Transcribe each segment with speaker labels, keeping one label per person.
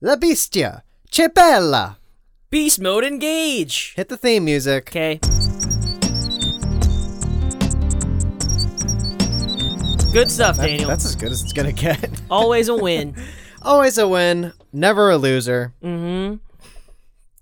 Speaker 1: La Bestia, Cipella.
Speaker 2: Beast mode engage.
Speaker 1: Hit the theme music.
Speaker 2: Okay. Good stuff,
Speaker 1: That-
Speaker 2: Daniel.
Speaker 1: that's as good as it's gonna get.
Speaker 2: Always a win.
Speaker 1: Always a win, never a loser.
Speaker 2: mm-hmm.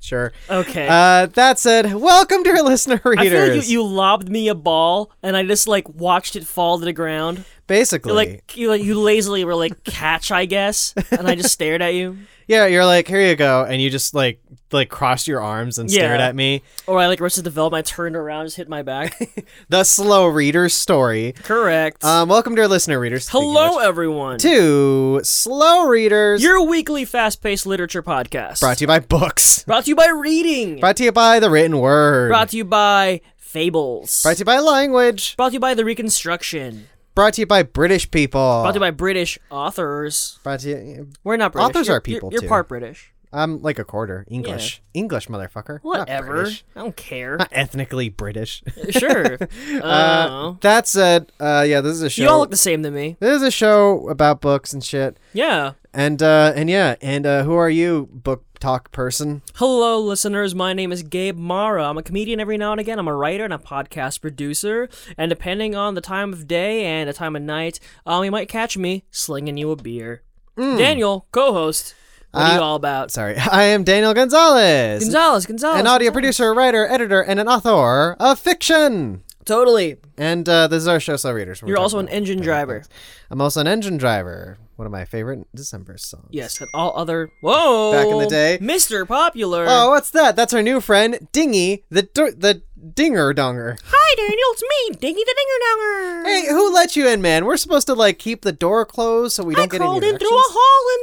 Speaker 1: Sure.
Speaker 2: Okay.
Speaker 1: Uh, that said, welcome to our listener
Speaker 2: I
Speaker 1: readers.
Speaker 2: feel like you, you lobbed me a ball, and I just like watched it fall to the ground.
Speaker 1: Basically,
Speaker 2: Like you, like you lazily were like catch, I guess, and I just stared at you,
Speaker 1: yeah, you're like, here you go, and you just like like crossed your arms and stared
Speaker 2: Yeah.
Speaker 1: at me.
Speaker 2: or I like rushed to develop. I turned around, just hit my back.
Speaker 1: The slow reader's story.
Speaker 2: Correct.
Speaker 1: Um, welcome to our listener readers. Speaking of
Speaker 2: Hello,
Speaker 1: which-
Speaker 2: everyone.
Speaker 1: to slow readers.
Speaker 2: Your weekly fast-paced literature podcast
Speaker 1: brought to you by books.
Speaker 2: Brought to you by reading.
Speaker 1: Brought to you by the written word.
Speaker 2: Brought to you by fables.
Speaker 1: Brought to you by language.
Speaker 2: Brought to you by the Reconstruction.
Speaker 1: Brought to you by British people.
Speaker 2: Brought to you by British authors.
Speaker 1: Brought to you.
Speaker 2: We're not British.
Speaker 1: Authors
Speaker 2: You're-
Speaker 1: are people,
Speaker 2: You're,
Speaker 1: too.
Speaker 2: you're part British.
Speaker 1: I'm like a quarter English. English motherfucker. Not
Speaker 2: Whatever.
Speaker 1: British.
Speaker 2: I don't care.
Speaker 1: Not ethnically British.
Speaker 2: sure.
Speaker 1: Uh,
Speaker 2: Uh,
Speaker 1: that said, uh, yeah, this is a show.
Speaker 2: you all look the same to me.
Speaker 1: this is a show about books and shit.
Speaker 2: Yeah.
Speaker 1: And uh, and yeah, and uh, who are you, book talk person?
Speaker 2: Hello, listeners. My name is Gabe Mara. I'm a comedian every now and again. I'm a writer and a podcast producer. And depending on the time of day and the time of night, um, you might catch me slinging you a beer. Daniel, co host, what are
Speaker 1: Mm. Uh,
Speaker 2: you all about?
Speaker 1: Sorry, I am Daniel Gonzalez,
Speaker 2: Gonzalez, Gonzalez.
Speaker 1: an audio producer, writer, editor, and an author of fiction.
Speaker 2: Totally.
Speaker 1: And uh, this is our show, Slow Readers. where we
Speaker 2: You're
Speaker 1: talk
Speaker 2: also an
Speaker 1: about-
Speaker 2: engine driver.
Speaker 1: I'm also an engine driver. One of my favorite December songs.
Speaker 2: Yes, and all other. Whoa!
Speaker 1: Back in the day.
Speaker 2: Mr. Popular.
Speaker 1: Oh, what's that? That's our new friend, Dingy, the dir- the dinger donger.
Speaker 2: Hi, Daniel. It's me, Dingy the Dinger Donger.
Speaker 1: Hey, who let you in, man? We're supposed to like keep the door closed so we don't
Speaker 2: I
Speaker 1: get
Speaker 2: crawled
Speaker 1: any
Speaker 2: in through a hole in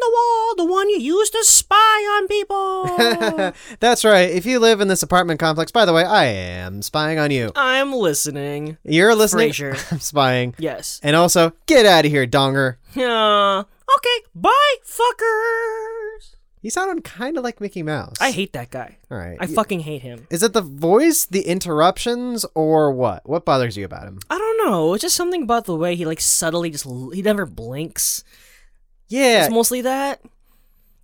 Speaker 2: the wall, the one you used to spy on people.
Speaker 1: directions. That's right. If you live in this apartment complex, by the way, I am spying on you.
Speaker 2: I'm listening.
Speaker 1: You're listening.
Speaker 2: Frasier.
Speaker 1: I'm spying.
Speaker 2: Yes.
Speaker 1: And also, get out of here, donger.
Speaker 2: Uh, okay. Bye, fuckers.
Speaker 1: You sounded kind of like Mickey Mouse.
Speaker 2: I hate that guy.
Speaker 1: All right.
Speaker 2: I fucking hate him.
Speaker 1: Is it the voice, the interruptions, or what? What bothers you about him?
Speaker 2: I don't know. It's just something about the way he like subtly just l- he never blinks.
Speaker 1: Yeah,
Speaker 2: It's mostly that.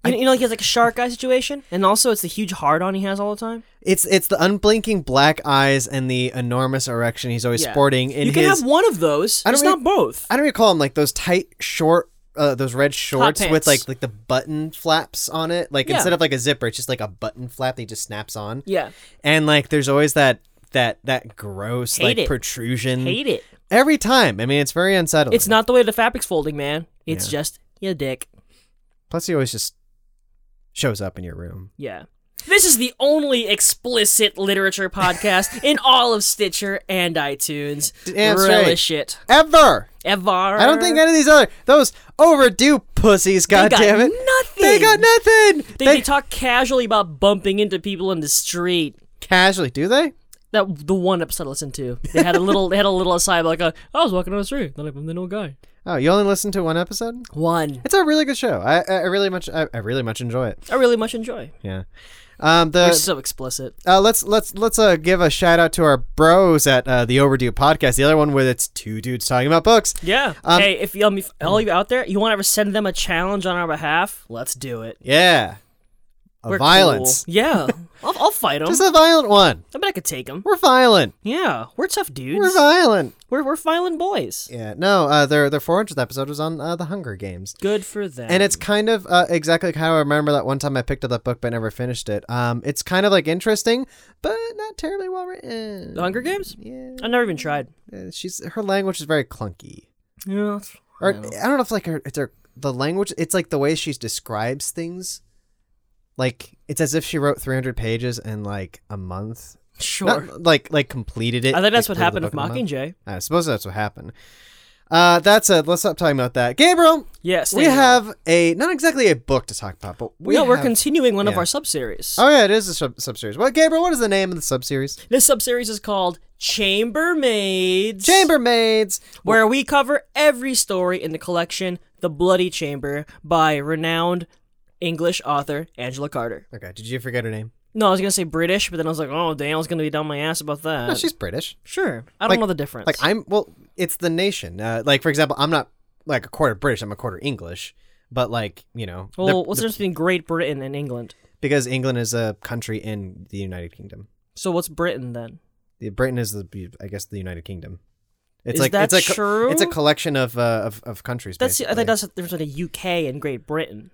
Speaker 2: You, know- you know, like he has like a shark eye situation, and also it's the huge hard on he has all the time.
Speaker 1: it's it's the unblinking black eyes and the enormous erection he's always
Speaker 2: Yeah.
Speaker 1: sporting in
Speaker 2: you can
Speaker 1: his.
Speaker 2: have one of those.
Speaker 1: I don't
Speaker 2: it's
Speaker 1: really-
Speaker 2: not both.
Speaker 1: I don't recall him like those tight short. Uh, those red shorts with
Speaker 2: pants.
Speaker 1: like like the button flaps on it like
Speaker 2: Yeah.
Speaker 1: instead of like a zipper it's just like a button flap that he just snaps on
Speaker 2: yeah,
Speaker 1: and like there's always that that that gross
Speaker 2: Hate
Speaker 1: like
Speaker 2: it.
Speaker 1: protrusion
Speaker 2: hate it.
Speaker 1: every time i mean it's very unsettling
Speaker 2: It's not the way the fabric's folding, man. It's just your dick.
Speaker 1: plus he always just shows up in your room
Speaker 2: Yeah. This is the only explicit literature podcast in all of Stitcher and iTunes.
Speaker 1: Damn straight.
Speaker 2: Relish it.
Speaker 1: ever
Speaker 2: Ever.
Speaker 1: I don't think any of these other those overdue pussies. God
Speaker 2: got
Speaker 1: damn it,
Speaker 2: nothing.
Speaker 1: They got nothing. They,
Speaker 2: They, they talk casually about bumping into people in the street.
Speaker 1: casually do they?
Speaker 2: That the one episode I listened to, they had a little, they had a little aside like, uh, "I was walking down the street, then I bumped into a guy."
Speaker 1: Oh, you only listened to one episode.
Speaker 2: One,
Speaker 1: It's a really good show. I I I really much I, I really much enjoy it.
Speaker 2: I really much enjoy.
Speaker 1: Yeah. Um,
Speaker 2: They're
Speaker 1: the
Speaker 2: so explicit.
Speaker 1: uh, let's let's let's uh, give a shout out to our bros at uh, the Overdue Podcast. The other one where it's two dudes talking about books.
Speaker 2: Yeah.
Speaker 1: Um,
Speaker 2: hey, if, um, if all you out there, you want to ever send them a challenge on our behalf, let's do it.
Speaker 1: Yeah, a
Speaker 2: We're
Speaker 1: violence,
Speaker 2: cool. Yeah, I'll, I'll fight them.
Speaker 1: just a violent one.
Speaker 2: I bet I could take them.
Speaker 1: We're violent.
Speaker 2: Yeah, we're tough dudes.
Speaker 1: We're violent.
Speaker 2: We're we're filing boys.
Speaker 1: Yeah. No, uh, their their 400th episode was on uh, the Hunger Games.
Speaker 2: Good for them.
Speaker 1: and it's kind of uh, exactly how I remember that one time I picked up that book but never finished it. Um, it's kind of like interesting, but not terribly well written.
Speaker 2: the Hunger Games.
Speaker 1: Yeah,
Speaker 2: I never even tried.
Speaker 1: uh, she's her language is very clunky.
Speaker 2: Yeah, that's-
Speaker 1: Or I don't know if like her it's her the language. It's like the way she describes things. Like it's as if she wrote 300 pages in like a month.
Speaker 2: sure.
Speaker 1: Not, like like completed it.
Speaker 2: I think that's
Speaker 1: like,
Speaker 2: what
Speaker 1: completed the
Speaker 2: happened with
Speaker 1: book in a month.
Speaker 2: Mockingjay.
Speaker 1: I suppose that's what happened. Uh, that said, let's stop talking about that. Gabriel,
Speaker 2: Yes,
Speaker 1: we have a not exactly a book to talk about, but we
Speaker 2: We no, we're
Speaker 1: have-
Speaker 2: continuing one of
Speaker 1: yeah.
Speaker 2: our subseries.
Speaker 1: Oh yeah, it is a sub subseries. Well, Gabriel, what is the name of the subseries?
Speaker 2: This subseries is called Chambermaids,
Speaker 1: Chambermaids.
Speaker 2: where we cover every story in the collection "The Bloody Chamber" by renowned English author Angela Carter.
Speaker 1: Okay, did you forget her name?
Speaker 2: No, I was gonna say British, but then I was like, "Oh, Daniel's gonna be down my ass about that."
Speaker 1: No, she's British.
Speaker 2: sure. I don't
Speaker 1: like-
Speaker 2: know the difference.
Speaker 1: Like I'm. Well, it's the nation. Uh, like for example, I'm not like a quarter British. I'm a quarter English. But like you know, the-
Speaker 2: Well, what's the difference between Great Britain and England?
Speaker 1: because England is a country in the United Kingdom.
Speaker 2: So what's Britain then?
Speaker 1: The- Britain is the I guess the United Kingdom. It's
Speaker 2: Is
Speaker 1: like
Speaker 2: that
Speaker 1: it's a co-
Speaker 2: true?
Speaker 1: it's a collection of uh, of, of countries.
Speaker 2: That's I
Speaker 1: basically.
Speaker 2: think that's the difference between the UK and Great Britain.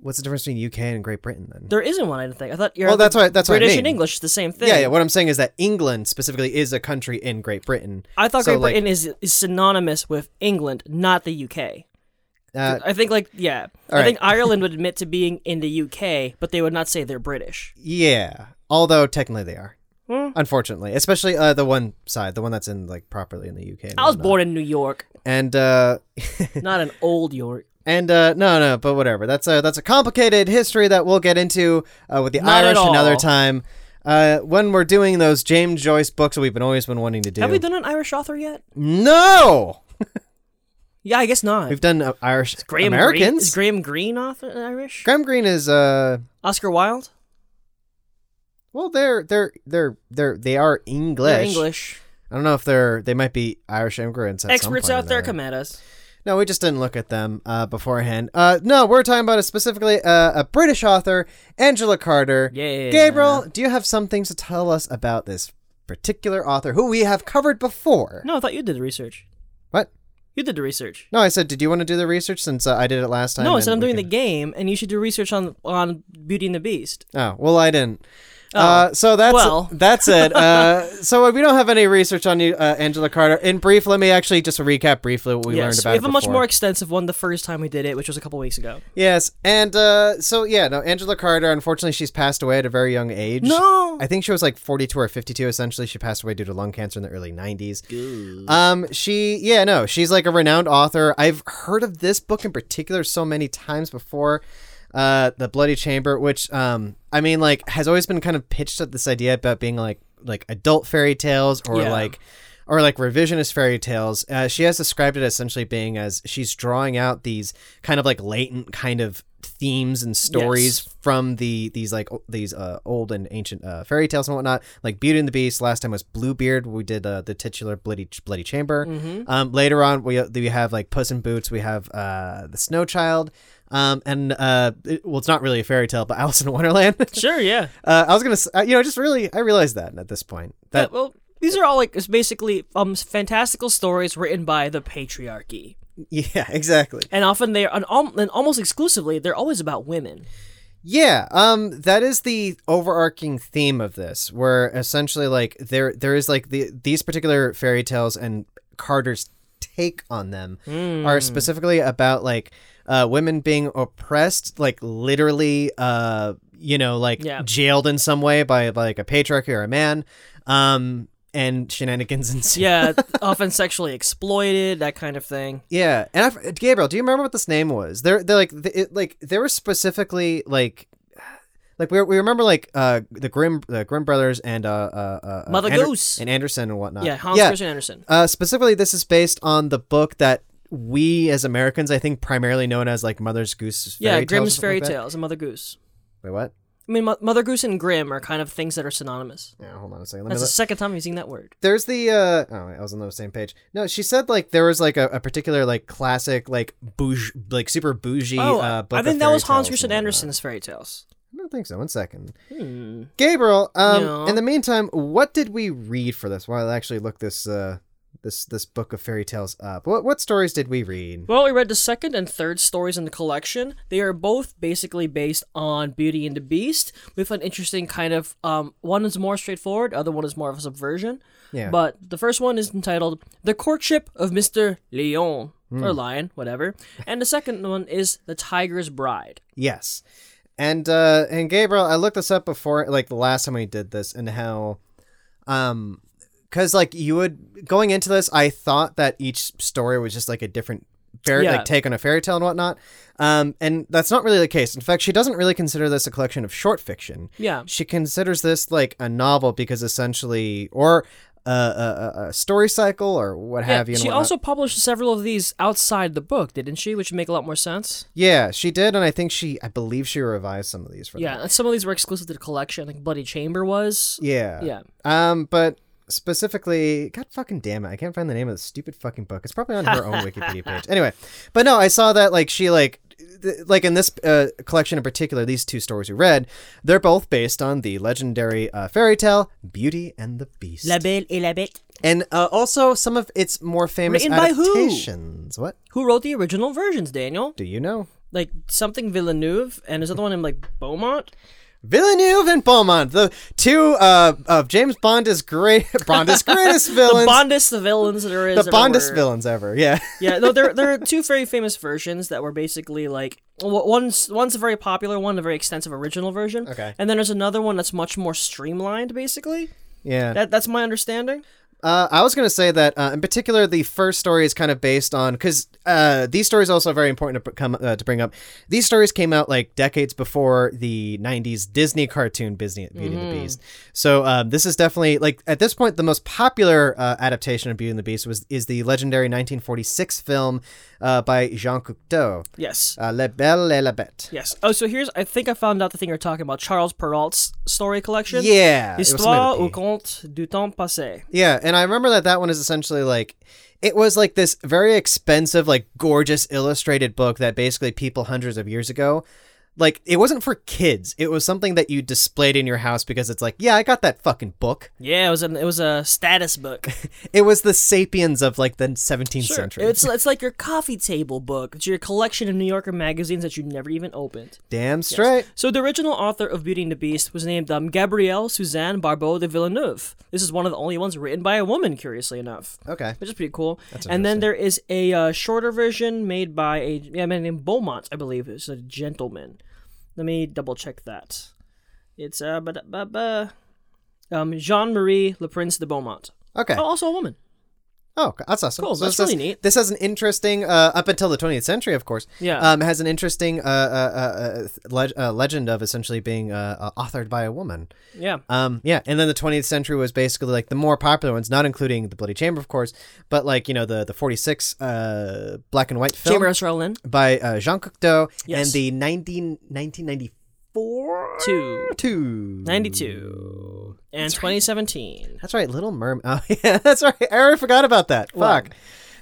Speaker 1: what's the difference between UK and Great Britain then?
Speaker 2: There isn't one. I don't think. I thought you're
Speaker 1: Well, that's what- that's what I
Speaker 2: British and
Speaker 1: mean.
Speaker 2: English is the same thing.
Speaker 1: Yeah, yeah. What I'm saying is that England specifically is a country in Great Britain.
Speaker 2: I thought
Speaker 1: So,
Speaker 2: Great
Speaker 1: like,
Speaker 2: Britain is is synonymous with England, not the UK.
Speaker 1: uh,
Speaker 2: I think like yeah, I
Speaker 1: All
Speaker 2: think Ireland would admit to being in the UK, but they would not say they're British.
Speaker 1: yeah. Although technically they are,
Speaker 2: Hmm.
Speaker 1: unfortunately, especially uh, the one side, the one that's in like properly in the UK. and
Speaker 2: I was
Speaker 1: whatnot.
Speaker 2: born in New York,
Speaker 1: and uh,
Speaker 2: not an old York.
Speaker 1: And uh, no, no, but whatever. That's a that's a complicated history that we'll get into uh, with the
Speaker 2: Not at
Speaker 1: Irish
Speaker 2: all.
Speaker 1: another time. Uh, when we're doing those James Joyce books that we've been always been wanting to do.
Speaker 2: Have we done an Irish author yet?
Speaker 1: no,
Speaker 2: Yeah, I guess not.
Speaker 1: we've done uh, Irish
Speaker 2: Graham Greene- is
Speaker 1: Americans.
Speaker 2: Graham Greene author Irish?
Speaker 1: Graham Greene is uh,
Speaker 2: Oscar Wilde.
Speaker 1: well, they're they're they're they're they are English.
Speaker 2: They're English.
Speaker 1: I don't know if they're they might be Irish immigrants. At some
Speaker 2: Experts
Speaker 1: point or
Speaker 2: out there,
Speaker 1: another.
Speaker 2: come at us.
Speaker 1: No, we just didn't look at them uh, beforehand. Uh, no, we're talking about a specifically uh, a British author, Angela Carter.
Speaker 2: Yeah.
Speaker 1: Gabriel, do you have some things to tell us about this particular author who we have covered before?
Speaker 2: No, I thought you did the research.
Speaker 1: What?
Speaker 2: You did the research.
Speaker 1: No, I said, did you want to do the research since uh, I did it last time?
Speaker 2: No, I
Speaker 1: and
Speaker 2: said I'm
Speaker 1: we
Speaker 2: doing the
Speaker 1: can-
Speaker 2: game, and you should do research on on Beauty and the Beast.
Speaker 1: Oh well, I didn't. Uh, so that's
Speaker 2: Oh, well.
Speaker 1: that's it. Uh, so we don't have any research on you, uh, Angela Carter. In brief, let me actually just recap briefly what we learned
Speaker 2: yes,
Speaker 1: about.
Speaker 2: we have
Speaker 1: it
Speaker 2: a much
Speaker 1: before.
Speaker 2: more extensive one the first time we did it, which was a couple weeks ago.
Speaker 1: Yes, and uh, so yeah, no, Angela Carter. Unfortunately, she's passed away at a very young age.
Speaker 2: No.
Speaker 1: I think she was like 42 or 52. Essentially, she passed away due to lung cancer in the early 90s. Um, she, yeah, no, she's like a renowned author. I've heard of this book in particular so many times before. Uh, the Bloody Chamber, which, um, I mean, like, has always been kind of pitched at this idea about being like, like adult fairy tales or
Speaker 2: Yeah.
Speaker 1: like, or like revisionist fairy tales. Uh, she has described it essentially being as she's drawing out these kind of like latent kind of themes and stories from the these like o- these uh, old and ancient uh, fairy tales and whatnot. Like Beauty and the Beast. Last time was Bluebeard. We did uh, the titular Bloody Bloody Chamber. Um, later on, we we have like Puss in Boots. We have uh, the Snow Child. Um, and uh, it- well, it's not really a fairy tale, but Alice in Wonderland.
Speaker 2: Sure, yeah.
Speaker 1: uh, I was gonna, s- uh, you know, just really, I realized that at this point
Speaker 2: Yeah,
Speaker 1: that
Speaker 2: Uh, well, these are all like it's basically um fantastical stories written by the patriarchy,
Speaker 1: yeah, exactly.
Speaker 2: and often they are and, al- and almost exclusively they're always about women.
Speaker 1: Yeah, um, that is the overarching theme of this, where essentially, like, there, there is like the these particular fairy tales and Carter's take on them are specifically about like uh, women being oppressed, like literally, uh, you know, like
Speaker 2: Yeah.
Speaker 1: jailed in some way by, by like a patriarchy or a man, um, and shenanigans and
Speaker 2: Yeah, often sexually exploited, that kind of thing.
Speaker 1: Yeah, and I, f- Gabriel, do you remember what this name was? They're they're like th- it, like they were specifically like like we, we remember like uh the Grimm the Grimm brothers and uh uh, uh uh,
Speaker 2: Mother
Speaker 1: Ander-
Speaker 2: Goose.
Speaker 1: and Anderson and whatnot.
Speaker 2: Yeah, Hans Christian Andersen.
Speaker 1: Uh, specifically, this is based on the book that we as Americans, I think, primarily known as like Mother's Goose. Fairy
Speaker 2: Yeah,
Speaker 1: Tales or
Speaker 2: Grimm's
Speaker 1: something
Speaker 2: fairy
Speaker 1: like that.
Speaker 2: tales and Mother Goose.
Speaker 1: Wait, what?
Speaker 2: I mean, Mo- Mother Goose and Grimm are kind of things that are synonymous.
Speaker 1: Yeah, hold on a second. Let me
Speaker 2: That's the
Speaker 1: look.
Speaker 2: second time using that word.
Speaker 1: there's the uh oh wait, I was on the same page. No, she said like there was like a, a particular like classic like bougie like super bougie
Speaker 2: Oh,
Speaker 1: uh book
Speaker 2: I
Speaker 1: of
Speaker 2: think that
Speaker 1: fairy
Speaker 2: was Hans
Speaker 1: tales and
Speaker 2: Christian
Speaker 1: whatnot.
Speaker 2: Andersen's fairy tales.
Speaker 1: I don't think so. One second.
Speaker 2: Hmm.
Speaker 1: Gabriel, um,
Speaker 2: Yeah.
Speaker 1: in the meantime, what did we read for this? While I actually look this uh, this this book of fairy tales up, what what stories did we read?
Speaker 2: Well, we read the second and third stories in the collection. They are both basically based on Beauty and the Beast, with an interesting kind of um, one is more straightforward, other one is more of a subversion.
Speaker 1: Yeah.
Speaker 2: But the first one is entitled "The Courtship of Mister Lion."
Speaker 1: Hmm.
Speaker 2: Or lion, whatever. And the second one is The Tiger's Bride.
Speaker 1: Yes, and uh, and Gabriel, I looked this up before, like the last time we did this, and how, um, because like you would going into this, I thought that each story was just like a different fairy
Speaker 2: Yeah.
Speaker 1: like take on a fairy tale and whatnot, um, and that's not really the case. In fact, she doesn't really consider this a collection of short fiction.
Speaker 2: Yeah.
Speaker 1: she considers this like a novel because essentially or a, a, a- a story cycle or what
Speaker 2: Yeah,
Speaker 1: have you and
Speaker 2: she
Speaker 1: whatnot.
Speaker 2: also published several of these outside the book, didn't she? Which would make a lot more sense.
Speaker 1: yeah she did and i think she i believe she revised some of these for
Speaker 2: Yeah,
Speaker 1: them.
Speaker 2: and some of these were exclusive to the collection. Like Bloody Chamber was.
Speaker 1: yeah
Speaker 2: Yeah.
Speaker 1: um but specifically god fucking damn it i can't find the name of the stupid fucking book it's probably on her own wikipedia page anyway but no i saw that like she like th- like in this uh, collection in particular, these two stories we read, they're both based on the legendary uh, fairy tale Beauty and the Beast,
Speaker 2: La Belle et la Bête.
Speaker 1: and uh, also some of its more famous
Speaker 2: Written by who?
Speaker 1: adaptations. What
Speaker 2: Who wrote the original versions, Daniel?
Speaker 1: do you know?
Speaker 2: Like something Villeneuve, and there's another one in like Beaumont.
Speaker 1: Villeneuve and Beaumont, the two uh, of James Bond is great Bond's greatest villains,
Speaker 2: Bondus, the villains there is.
Speaker 1: the Bondest
Speaker 2: everywhere.
Speaker 1: villains ever. Yeah.
Speaker 2: yeah, no, there there are two very famous versions that were basically like w- one's one's a very popular one, a very extensive original version.
Speaker 1: Okay.
Speaker 2: And then there's another one that's much more streamlined, basically.
Speaker 1: Yeah.
Speaker 2: That that's my understanding.
Speaker 1: Uh, I was going to say that uh, in particular, the first story is kind of based on because uh, these stories also very important to come uh, to bring up. These stories came out like decades before the '90s Disney cartoon Disney Beauty and the Beast. So um, this is definitely like at this point the most popular uh, adaptation of Beauty and the Beast was is the legendary 1946 film uh, by Jean Cocteau,
Speaker 2: Yes.
Speaker 1: uh, La Belle et la Bête.
Speaker 2: Yes. Oh, so here's I think I found out the thing you're talking about, Charles Perrault's story collection.
Speaker 1: Yeah, it was something
Speaker 2: Histoire
Speaker 1: with a
Speaker 2: ou
Speaker 1: P.
Speaker 2: conte du temps passé.
Speaker 1: Yeah, and I remember that that one is essentially like it was like this very expensive, like gorgeous illustrated book that basically people hundreds of years ago. Like it wasn't for kids. It was something that you displayed in your house because it's like, yeah, I got that fucking book.
Speaker 2: Yeah, it was an, it was a status book.
Speaker 1: It was the Sapiens of like the 17th century.
Speaker 2: It's it's like your coffee table book. It's your collection of New Yorker magazines that you never even opened.
Speaker 1: Damn straight.
Speaker 2: So the original author of Beauty and the Beast was named um, Gabrielle Suzanne Barbeau de Villeneuve. This is one of the only ones written by a woman, curiously enough.
Speaker 1: Okay.
Speaker 2: Which is pretty cool. and then there is a uh, shorter version made by a yeah, man named Beaumont, I believe. It's a gentleman. Let me double check that. It's uh, ba- ba- ba- um, Jean Marie Le Prince de Beaumont.
Speaker 1: Okay.
Speaker 2: Oh, also a woman.
Speaker 1: Oh, that's awesome.
Speaker 2: Cool, that's
Speaker 1: this
Speaker 2: really
Speaker 1: has,
Speaker 2: neat.
Speaker 1: This has an interesting, uh, up until the 20th century, of course.
Speaker 2: Yeah.
Speaker 1: Um, has an interesting uh, uh, uh, uh, leg- uh, legend of essentially being uh, uh, authored by a woman.
Speaker 2: Yeah.
Speaker 1: Um, yeah, and then the 20th century was basically like the more popular ones, not including the Bloody Chamber, of course, but like you know the the 46 uh, black and white film
Speaker 2: Chamber of Lynn.
Speaker 1: by uh, Jean Cocteau and
Speaker 2: Yes.
Speaker 1: the 19, 1994
Speaker 2: Two.
Speaker 1: two.
Speaker 2: 92. And 2017.
Speaker 1: That's right, Little Mermaid. Oh yeah, that's right. I already forgot about that. Fuck.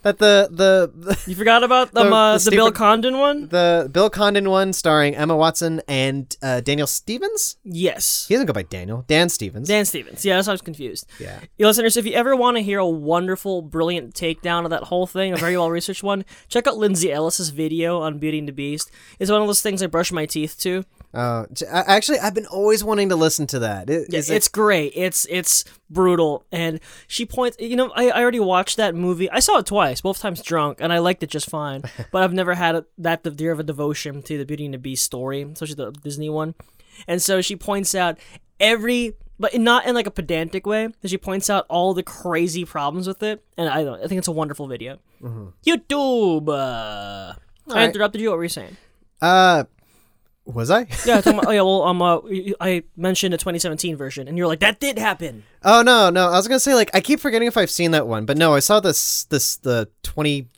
Speaker 1: That the the. the
Speaker 2: You forgot about the,
Speaker 1: The-
Speaker 2: um, uh, the,
Speaker 1: the
Speaker 2: Bill
Speaker 1: stupid-
Speaker 2: Condon one?
Speaker 1: the Bill Condon one starring Emma Watson and uh, Daniel Stevens.
Speaker 2: Yes.
Speaker 1: He doesn't go by Daniel. Dan Stevens.
Speaker 2: Dan Stevens. Yeah, that's why I was confused.
Speaker 1: yeah.
Speaker 2: You listeners, if you ever want to hear a wonderful, brilliant takedown of that whole thing, a very well researched one, check out Lindsay Ellis's video on Beauty and the Beast. It's one of those things I brush my teeth to.
Speaker 1: Uh, j- I- actually, I've been always wanting to listen to that. Is-
Speaker 2: Yeah,
Speaker 1: is it-
Speaker 2: it's great. It's it's brutal, and she points. You know, I, I already watched that movie. I saw it twice, both times drunk, and I liked it just fine. but I've never had a, that the dear of a devotion to the Beauty and the Beast story, especially the Disney one. And so she points out every, but not in like a pedantic way. but She points out all the crazy problems with it, and I don't. I think it's a wonderful video. YouTube. Uh, I
Speaker 1: Mm-hmm. right.
Speaker 2: interrupted you. What were you saying?
Speaker 1: Uh, was I?
Speaker 2: Yeah, talking about, oh yeah. Well, um, uh, I mentioned a 2017 version, and you're like, that did happen.
Speaker 1: Oh no, no. I was gonna say like I keep forgetting if I've seen that one, but no, I saw this this the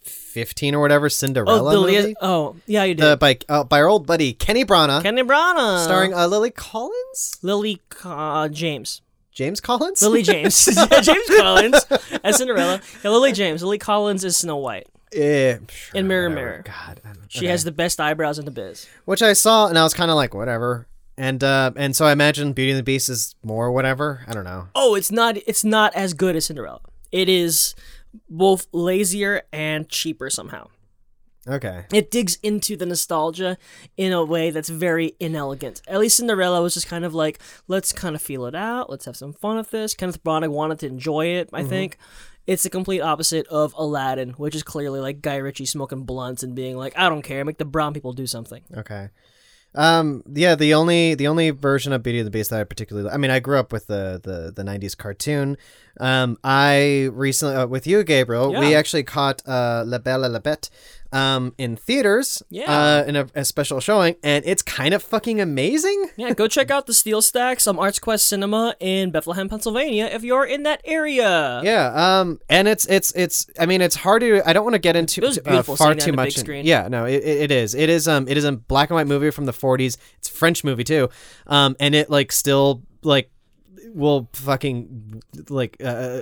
Speaker 1: 2015 or whatever Cinderella
Speaker 2: the
Speaker 1: movie
Speaker 2: Leah- oh, yeah, you did.
Speaker 1: uh, by uh, by our old buddy Kenny Brana,
Speaker 2: Kenny Brana,
Speaker 1: starring uh, Lily Collins,
Speaker 2: Lily uh, James,
Speaker 1: James Collins.
Speaker 2: Lily James, Yeah, James Collins as Cinderella. Yeah, Lily James, Lily Collins is Snow White.
Speaker 1: yeah, sure,
Speaker 2: In Mirror,
Speaker 1: whatever.
Speaker 2: Mirror.
Speaker 1: God, I don't-
Speaker 2: She has the best eyebrows in the biz.
Speaker 1: which I saw and I was kind of like whatever, and uh, and so I imagine Beauty and the Beast is more whatever. I don't know.
Speaker 2: Oh, it's not. It's not as good as Cinderella. It is both lazier and cheaper somehow.
Speaker 1: Okay.
Speaker 2: It digs into the nostalgia in a way that's very inelegant. At least Cinderella was just kind of like, let's kind of feel it out, let's have some fun with this. Kenneth Branagh wanted to enjoy it,
Speaker 1: Mm-hmm.
Speaker 2: I think. It's the complete opposite of Aladdin, which is clearly like Guy Ritchie smoking blunts and being like, I don't care, make the brown people do something.
Speaker 1: Okay. Um. Yeah. The only the only version of Beauty and the Beast that I particularly I mean I grew up with the the, the '90s cartoon. Um. I recently uh, with you Gabriel we
Speaker 2: Yeah.
Speaker 1: actually caught uh La Belle et la Bête, um in theaters.
Speaker 2: Yeah.
Speaker 1: Uh, in a, a special showing, and it's kind of fucking amazing.
Speaker 2: Yeah, go check out the Steel Stacks, um, Arts Quest Cinema in Bethlehem, Pennsylvania, if you're in that area.
Speaker 1: Yeah. Um. And it's it's it's I mean it's hard to I don't want to get into
Speaker 2: It was
Speaker 1: uh,
Speaker 2: beautiful
Speaker 1: far
Speaker 2: seeing that
Speaker 1: too
Speaker 2: on a
Speaker 1: much.
Speaker 2: big
Speaker 1: in-
Speaker 2: screen.
Speaker 1: yeah. No. It, it it is. It is. Um. It is a black and white movie from the '40s. It's a French movie too. Um. And it like still like will fucking like uh,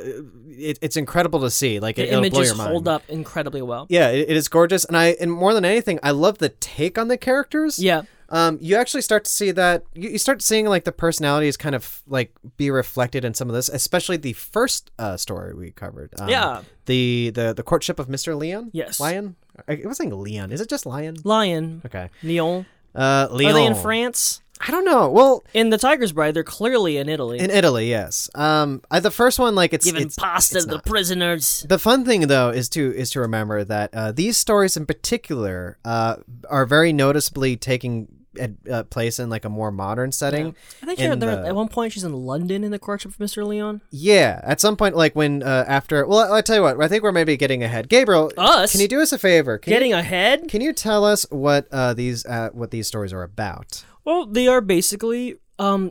Speaker 1: it, it's incredible to see. Like
Speaker 2: The
Speaker 1: it, will blow
Speaker 2: images
Speaker 1: your mind.
Speaker 2: hold up incredibly well.
Speaker 1: Yeah, it, it is gorgeous, and I and more than anything, I love the take on the characters.
Speaker 2: Yeah.
Speaker 1: um, you actually start to see that you, you start seeing like the personalities kind of like be reflected in some of this, especially the first uh, story we covered. Um,
Speaker 2: Yeah.
Speaker 1: the the the courtship of Mister Leon.
Speaker 2: Yes.
Speaker 1: Lion. I I was saying Leon. Is it just Lion?
Speaker 2: Lion.
Speaker 1: Okay.
Speaker 2: Lyon.
Speaker 1: Uh, Leon.
Speaker 2: Are they in France?
Speaker 1: I don't know. Well,
Speaker 2: In The Tiger's Bride, they're clearly in Italy.
Speaker 1: in Italy, yes. Um, I, the first one, like it's,
Speaker 2: giving
Speaker 1: it's
Speaker 2: pasta to the prisoners.
Speaker 1: The fun thing, though, is to is to remember that uh, these stories in particular uh, are very noticeably taking ad- uh, place in like a more modern setting.
Speaker 2: I think they're,
Speaker 1: in
Speaker 2: they're-
Speaker 1: the-
Speaker 2: at one point she's in London in the courtship of Mr. Leon.
Speaker 1: Yeah, at some point, like when uh, after. Well, I, I tell you what, I think we're maybe getting ahead. Gabriel,
Speaker 2: Us?
Speaker 1: can you do us a favor? Can
Speaker 2: Getting
Speaker 1: you,
Speaker 2: ahead?
Speaker 1: Can you tell us what uh, these uh, what these stories are about?
Speaker 2: Well, they are basically, um,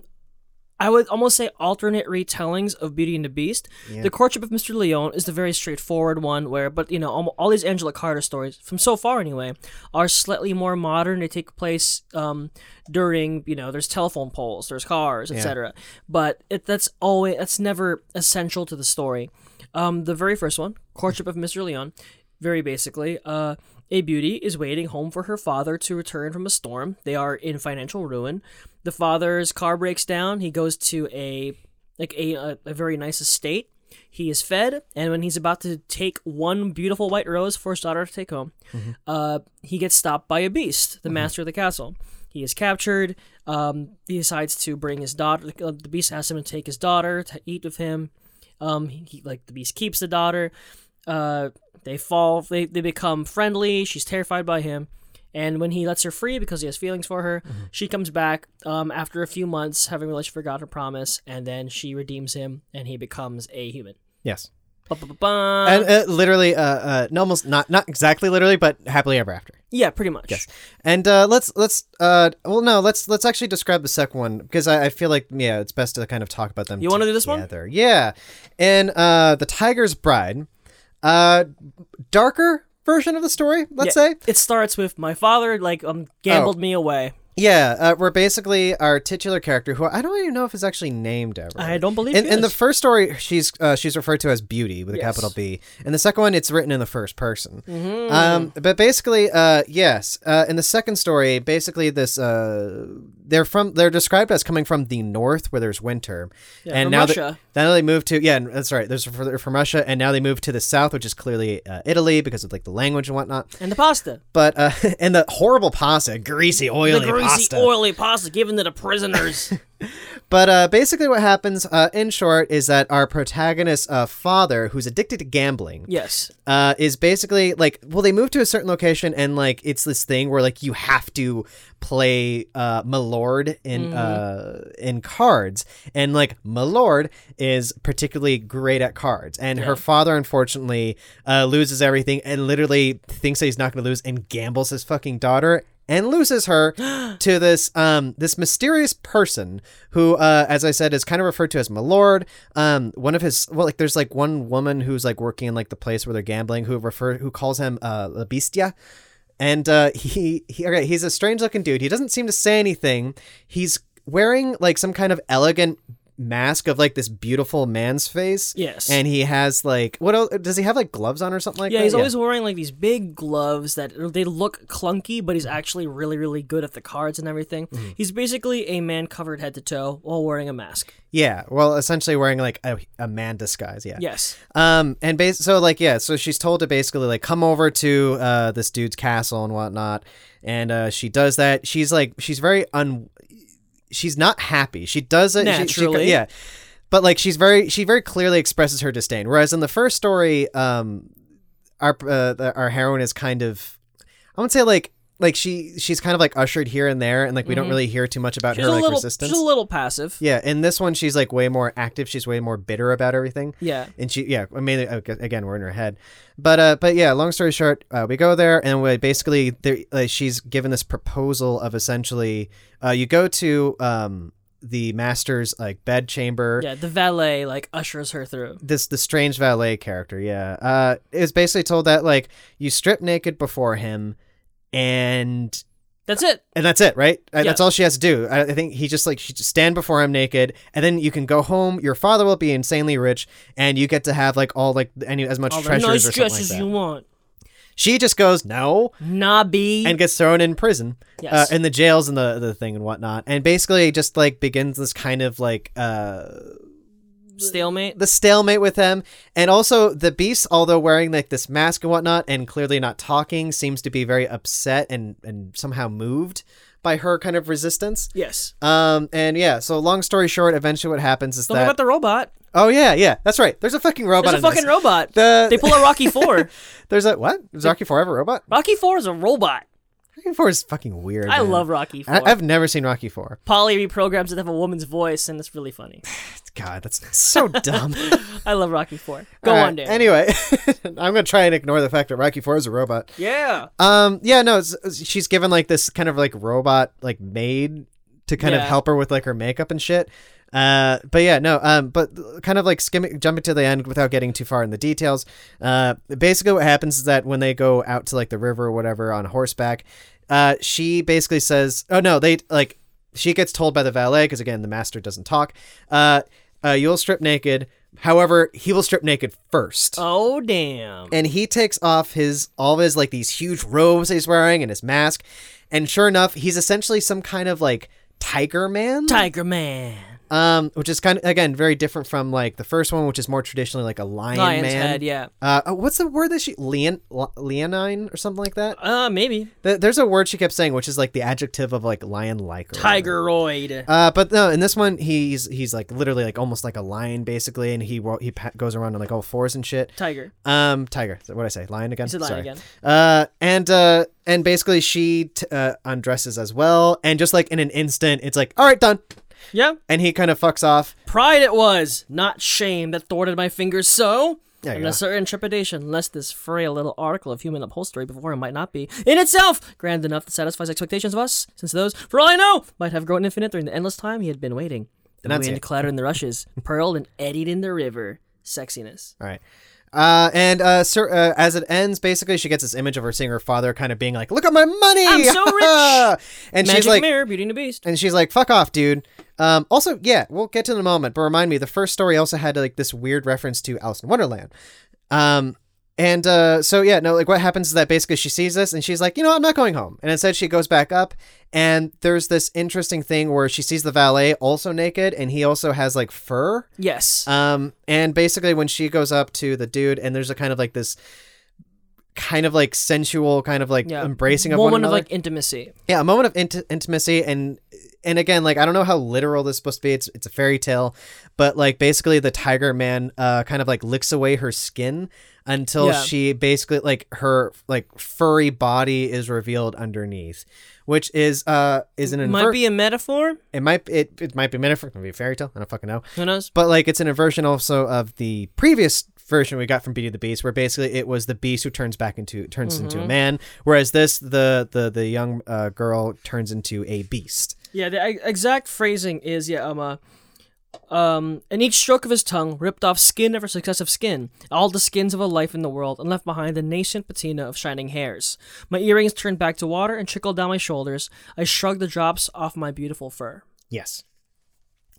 Speaker 2: I would almost say alternate retellings of Beauty and the Beast. The Courtship of Mr. Leon is the very straightforward one, where but you know almo- all these Angela Carter stories from so far anyway are slightly more modern. They take place um, during you know there's telephone poles, there's cars, etc. But it, that's always that's never essential to the story. Um, the very first one, Courtship of Mr. Leon, very basically, uh, a beauty is waiting home for her father to return from a storm. They are in financial ruin. The father's car breaks down. He goes to a like a, a, a very nice estate. He is fed, and when he's about to take one beautiful white rose for his daughter to take home, uh, he gets stopped by a beast, the master of the castle. He is captured. Um, he decides to bring his daughter. uh, The beast asks him to take his daughter to eat with him. Um, he, he- like the beast keeps the daughter. Uh, they fall. They they become friendly. She's terrified by him, and when he lets her free because he has feelings for her,
Speaker 1: Mm-hmm.
Speaker 2: she comes back. Um, after a few months, having realized she forgot her promise, and then she redeems him, and he becomes a human.
Speaker 1: Yes,
Speaker 2: Ba-ba-ba-ba.
Speaker 1: and uh, literally, uh, uh, no, almost not not exactly literally, but happily ever after.
Speaker 2: yeah, pretty much.
Speaker 1: And uh, let's let's uh, well no let's let's actually describe the second one because I, I feel like yeah it's best to kind of talk about them.
Speaker 2: You wanna do this one?
Speaker 1: together. Yeah, and uh, the Tiger's Bride, uh, darker version of the story. Let's say Oh.
Speaker 2: It starts with my father like um gambled me away.
Speaker 1: yeah. Uh, we're basically our titular character who I don't even know if is actually named ever.
Speaker 2: I don't believe
Speaker 1: in,
Speaker 2: you.
Speaker 1: in the first story, she's uh, she's referred to as Beauty with a
Speaker 2: Yes. Mm-hmm.
Speaker 1: capital B, and the second one, it's written in the first person. Um, but basically, uh, yes, uh, in the second story, basically this uh, they're from they're described as coming from the north where there's winter, and
Speaker 2: from
Speaker 1: now they-
Speaker 2: Russia.
Speaker 1: now they move to yeah, and- that's right. There's they're from Russia, and now they move to the south, which is clearly uh, Italy because of like the language and whatnot.
Speaker 2: and the pasta,
Speaker 1: But uh, and the horrible pasta, greasy, oily
Speaker 2: the greasy,
Speaker 1: pasta.
Speaker 2: oily pasta given to the prisoners.
Speaker 1: But uh, basically, what happens, uh, in short, is that our protagonist's uh, father, who's addicted to gambling,
Speaker 2: yes,
Speaker 1: uh, is basically like, well, they move to a certain location, and like it's this thing where like you have to play uh, Milord in uh, in cards, and like Milord is particularly great at cards, and her father unfortunately uh, loses everything and literally thinks that he's not going to lose and gambles his fucking daughter and loses her to this um this mysterious person who uh as I said is kind of referred to as my lord um one of his well like there's like one woman who's like working in like the place where they're gambling who refer who calls him uh la bestia and uh he he okay he's a strange looking dude he doesn't seem to say anything he's wearing like some kind of elegant mask of like this beautiful man's face
Speaker 2: Yes.
Speaker 1: and he has like what else does he have like gloves on or something like
Speaker 2: yeah.
Speaker 1: that
Speaker 2: He's always wearing like these big gloves that they look clunky, but he's actually really, really good at the cards and everything.
Speaker 1: Mm-hmm.
Speaker 2: He's basically a man covered head to toe while wearing a mask.
Speaker 1: yeah well essentially wearing like a, a man disguise yeah
Speaker 2: Yes,
Speaker 1: Um, and bas- so like yeah, so she's told to basically like come over to uh this dude's castle and whatnot, and uh she does that. She's like she's very un, she's not happy. She does it she- she-
Speaker 2: Naturally.
Speaker 1: yeah. But like she's very she very clearly expresses her disdain. Whereas in the first story, um, our uh, the- our heroine is kind of, I would say like like she she's kind of like ushered here and there, and like we don't really hear too much about
Speaker 2: Mm-hmm. she's
Speaker 1: her
Speaker 2: a
Speaker 1: like
Speaker 2: little,
Speaker 1: resistance.
Speaker 2: she's a little passive.
Speaker 1: Yeah, in this one, she's like way more active. She's way more bitter about everything.
Speaker 2: Yeah.
Speaker 1: and she, yeah, I mean, I guess- again, we're in her head, but uh, but yeah. Long story short, uh, we go there, and we basically there. Uh, she's given this proposal of essentially, uh, you go to um the master's like bed chamber.
Speaker 2: Yeah, the valet like ushers her through.
Speaker 1: This the strange valet character, yeah, uh, is basically told that like you strip naked before him, and
Speaker 2: That's it.
Speaker 1: and that's it, right? Uh,
Speaker 2: Yeah.
Speaker 1: That's all she has to do. I I think he just like she just stand before him naked, and then you can go home. Your father will be insanely rich, and you get to have like all like any as much
Speaker 2: All the
Speaker 1: treasures
Speaker 2: nice
Speaker 1: or something
Speaker 2: dresses
Speaker 1: like that.
Speaker 2: you want.
Speaker 1: She just goes no
Speaker 2: Nobby.
Speaker 1: and gets thrown in prison,
Speaker 2: Yes.
Speaker 1: uh, in the jails and the the thing and whatnot, and basically just like begins this kind of like uh
Speaker 2: stalemate.
Speaker 1: the stalemate with him, and also the beast, although wearing like this mask and whatnot, and clearly not talking, seems to be very upset and and somehow moved by her kind of resistance.
Speaker 2: Yes.
Speaker 1: Um, and yeah, so long story short, eventually what happens is
Speaker 2: Something
Speaker 1: that.
Speaker 2: about the robot.
Speaker 1: oh, yeah, yeah, that's right. There's a fucking robot.
Speaker 2: There's a
Speaker 1: in this.
Speaker 2: fucking robot.
Speaker 1: The-
Speaker 2: They pull a Rocky Four.
Speaker 1: There's a. What? Is Rocky Forever a robot?
Speaker 2: Rocky Four is a robot.
Speaker 1: Rocky Four is fucking weird.
Speaker 2: I
Speaker 1: man.
Speaker 2: love Rocky Four.
Speaker 1: I, I've never seen Rocky Four.
Speaker 2: Polly reprograms it to have a woman's voice, and it's really funny.
Speaker 1: God, that's so dumb.
Speaker 2: I love Rocky Four. Go
Speaker 1: All right,
Speaker 2: on, Dan.
Speaker 1: Anyway, I'm gonna try and ignore the fact that Rocky Four is a robot.
Speaker 2: yeah.
Speaker 1: Um, yeah, no, it's, it's- she's given like this kind of like robot like maid to kind
Speaker 2: Yeah.
Speaker 1: of help her with like her makeup and shit. Uh, but yeah, no, um, but kind of like skimming, jumping to the end without getting too far in the details. Uh, basically, what happens is that when they go out to like the river or whatever on horseback, uh, she basically says, "Oh no, they like." She gets told by the valet because again, the master doesn't talk. Uh, uh, you'll strip naked. However, he will strip naked first
Speaker 2: Oh damn.
Speaker 1: and he takes off his all of his like these huge robes he's wearing and his mask and sure enough he's essentially some kind of like tiger man
Speaker 2: Tiger Man.
Speaker 1: um which is kind of again very different from like the first one which is more traditionally like a lion
Speaker 2: Lion's
Speaker 1: man
Speaker 2: head. Yeah.
Speaker 1: uh oh, what's the word that she leon L- leonine or something like that
Speaker 2: Uh, maybe
Speaker 1: Th- there's a word she kept saying which is like the adjective of like lion like
Speaker 2: Tigeroid.
Speaker 1: uh, but no, in this one, he's he's like literally like almost like a lion, basically, and he wa- he pa- goes around on like all fours and shit.
Speaker 2: Tiger.
Speaker 1: Um, tiger. What did I say? Lion again.
Speaker 2: said lion
Speaker 1: Sorry.
Speaker 2: again.
Speaker 1: Uh, and uh, and basically she t- uh, undresses as well, and just like in an instant, it's like, all right, done.
Speaker 2: Yeah.
Speaker 1: And he kind of fucks off.
Speaker 2: Pride it was, not shame, that thwarted my fingers so.
Speaker 1: There you
Speaker 2: And
Speaker 1: go.
Speaker 2: a certain trepidation, lest this frail little article of human upholstery before him might not be, in itself, grand enough to satisfy expectations of us, since those, for all I know, might have grown infinite during the endless time he had been waiting. The
Speaker 1: That's
Speaker 2: wind
Speaker 1: it.
Speaker 2: clattered in the rushes, purled and eddied in the river. Sexiness.
Speaker 1: All right. Uh, and uh, sir, uh, as it ends, basically she gets this image of her seeing her father kind of being like, "Look at my money!
Speaker 2: I'm so rich!"
Speaker 1: and
Speaker 2: Magic
Speaker 1: she's like,
Speaker 2: Mirror, Beauty and the Beast.
Speaker 1: and she's like, "Fuck off, dude." Um, also, yeah, we'll get to it in a moment. But remind me, the first story also had like this weird reference to Alice in Wonderland. Um, and uh, so yeah, no, like what happens is that basically she sees this and she's like, you know, I'm not going home. And instead, she goes back up, and there's this interesting thing where she sees the valet also naked, and he also has like fur.
Speaker 2: Yes.
Speaker 1: Um, and basically, when she goes up to the dude, and there's a kind of like this. Kind of like sensual, kind of like
Speaker 2: Yeah.
Speaker 1: embracing of one
Speaker 2: Moment of
Speaker 1: another
Speaker 2: like intimacy.
Speaker 1: yeah a moment of int- intimacy and and again like i don't know how literal this is supposed to be it's it's a fairy tale but like basically the tiger man uh kind of like licks away her skin until
Speaker 2: Yeah.
Speaker 1: she basically like her like furry body is revealed underneath which is uh is an
Speaker 2: might
Speaker 1: inver-
Speaker 2: be a metaphor.
Speaker 1: it might it, it might be metaphor it could be a fairy tale i don't fucking know
Speaker 2: Who knows?
Speaker 1: but like it's an inversion also of the previous version we got from Beauty and the Beast, where basically it was the beast who turns back into turns into
Speaker 2: Mm-hmm.
Speaker 1: a man, whereas this the the the young uh, girl turns into a beast.
Speaker 2: Yeah, the e- exact phrasing is yeah, um, uh, um, and each stroke of his tongue ripped off skin after successive skin, all the skins of a life in the world, and left behind the nascent patina of shining hairs. My earrings turned back to water and trickled down my shoulders. I shrugged the drops off my beautiful fur.
Speaker 1: Yes.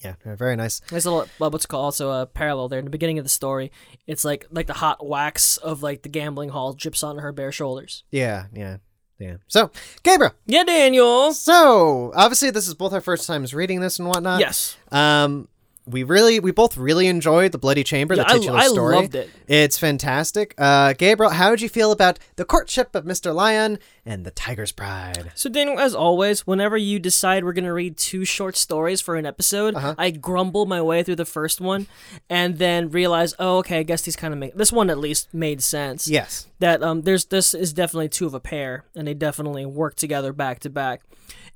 Speaker 1: Yeah, very nice.
Speaker 2: There's a little uh, what's called also a parallel there in the beginning of the story. It's like like the hot wax of like the gambling hall drips on her bare shoulders.
Speaker 1: Yeah, yeah, yeah. So, Gabriel.
Speaker 2: Yeah, Daniel.
Speaker 1: So obviously this is both our first times reading this and whatnot.
Speaker 2: Yes.
Speaker 1: Um, we really we both really enjoyed the Bloody Chamber,
Speaker 2: Yeah,
Speaker 1: the
Speaker 2: I-
Speaker 1: titular
Speaker 2: I
Speaker 1: story.
Speaker 2: loved it.
Speaker 1: It's fantastic. Uh, Gabriel, how did you feel about the courtship of Mister Lion and the Tiger's Pride?
Speaker 2: So Daniel, as always, whenever you decide we're gonna read two short stories for an episode, I grumble my way through the first one, and then realize, oh, okay, I guess these kind of make this one at least made sense.
Speaker 1: Yes.
Speaker 2: That um, there's this is definitely two of a pair, and they definitely work together back to back.